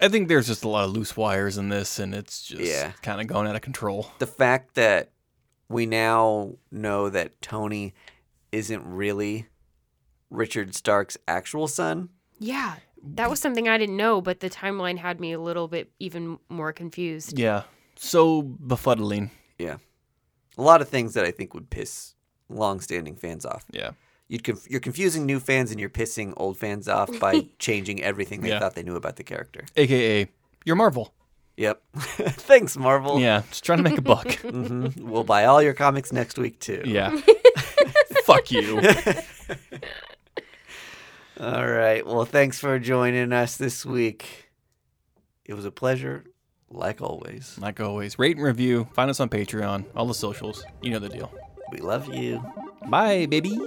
Speaker 2: I think there's just a lot of loose wires in this, and it's just
Speaker 1: Yeah.
Speaker 2: kind of going out of control.
Speaker 1: the fact that we now know that Tony isn't really Richard Stark's actual son.
Speaker 3: Yeah, that was something I didn't know, but the timeline had me a little bit even more confused.
Speaker 2: Yeah, so befuddling.
Speaker 1: Yeah. A lot of things that I think would piss long-standing fans off.
Speaker 2: Yeah,
Speaker 1: You'd conf- you're confusing new fans and you're pissing old fans off by changing everything they
Speaker 2: Yeah.
Speaker 1: thought they knew about the character.
Speaker 2: aka you're Marvel.
Speaker 1: Yep. Thanks, Marvel.
Speaker 2: Yeah, just trying to make a buck.
Speaker 1: hmm We'll buy all your comics next week too.
Speaker 2: yeah, fuck you.
Speaker 1: All right. Well, thanks for joining us this week. It was a pleasure, like always.
Speaker 2: Like always, rate and review. Find us on Patreon, all the socials. You know the deal.
Speaker 1: We love you.
Speaker 2: Bye, baby.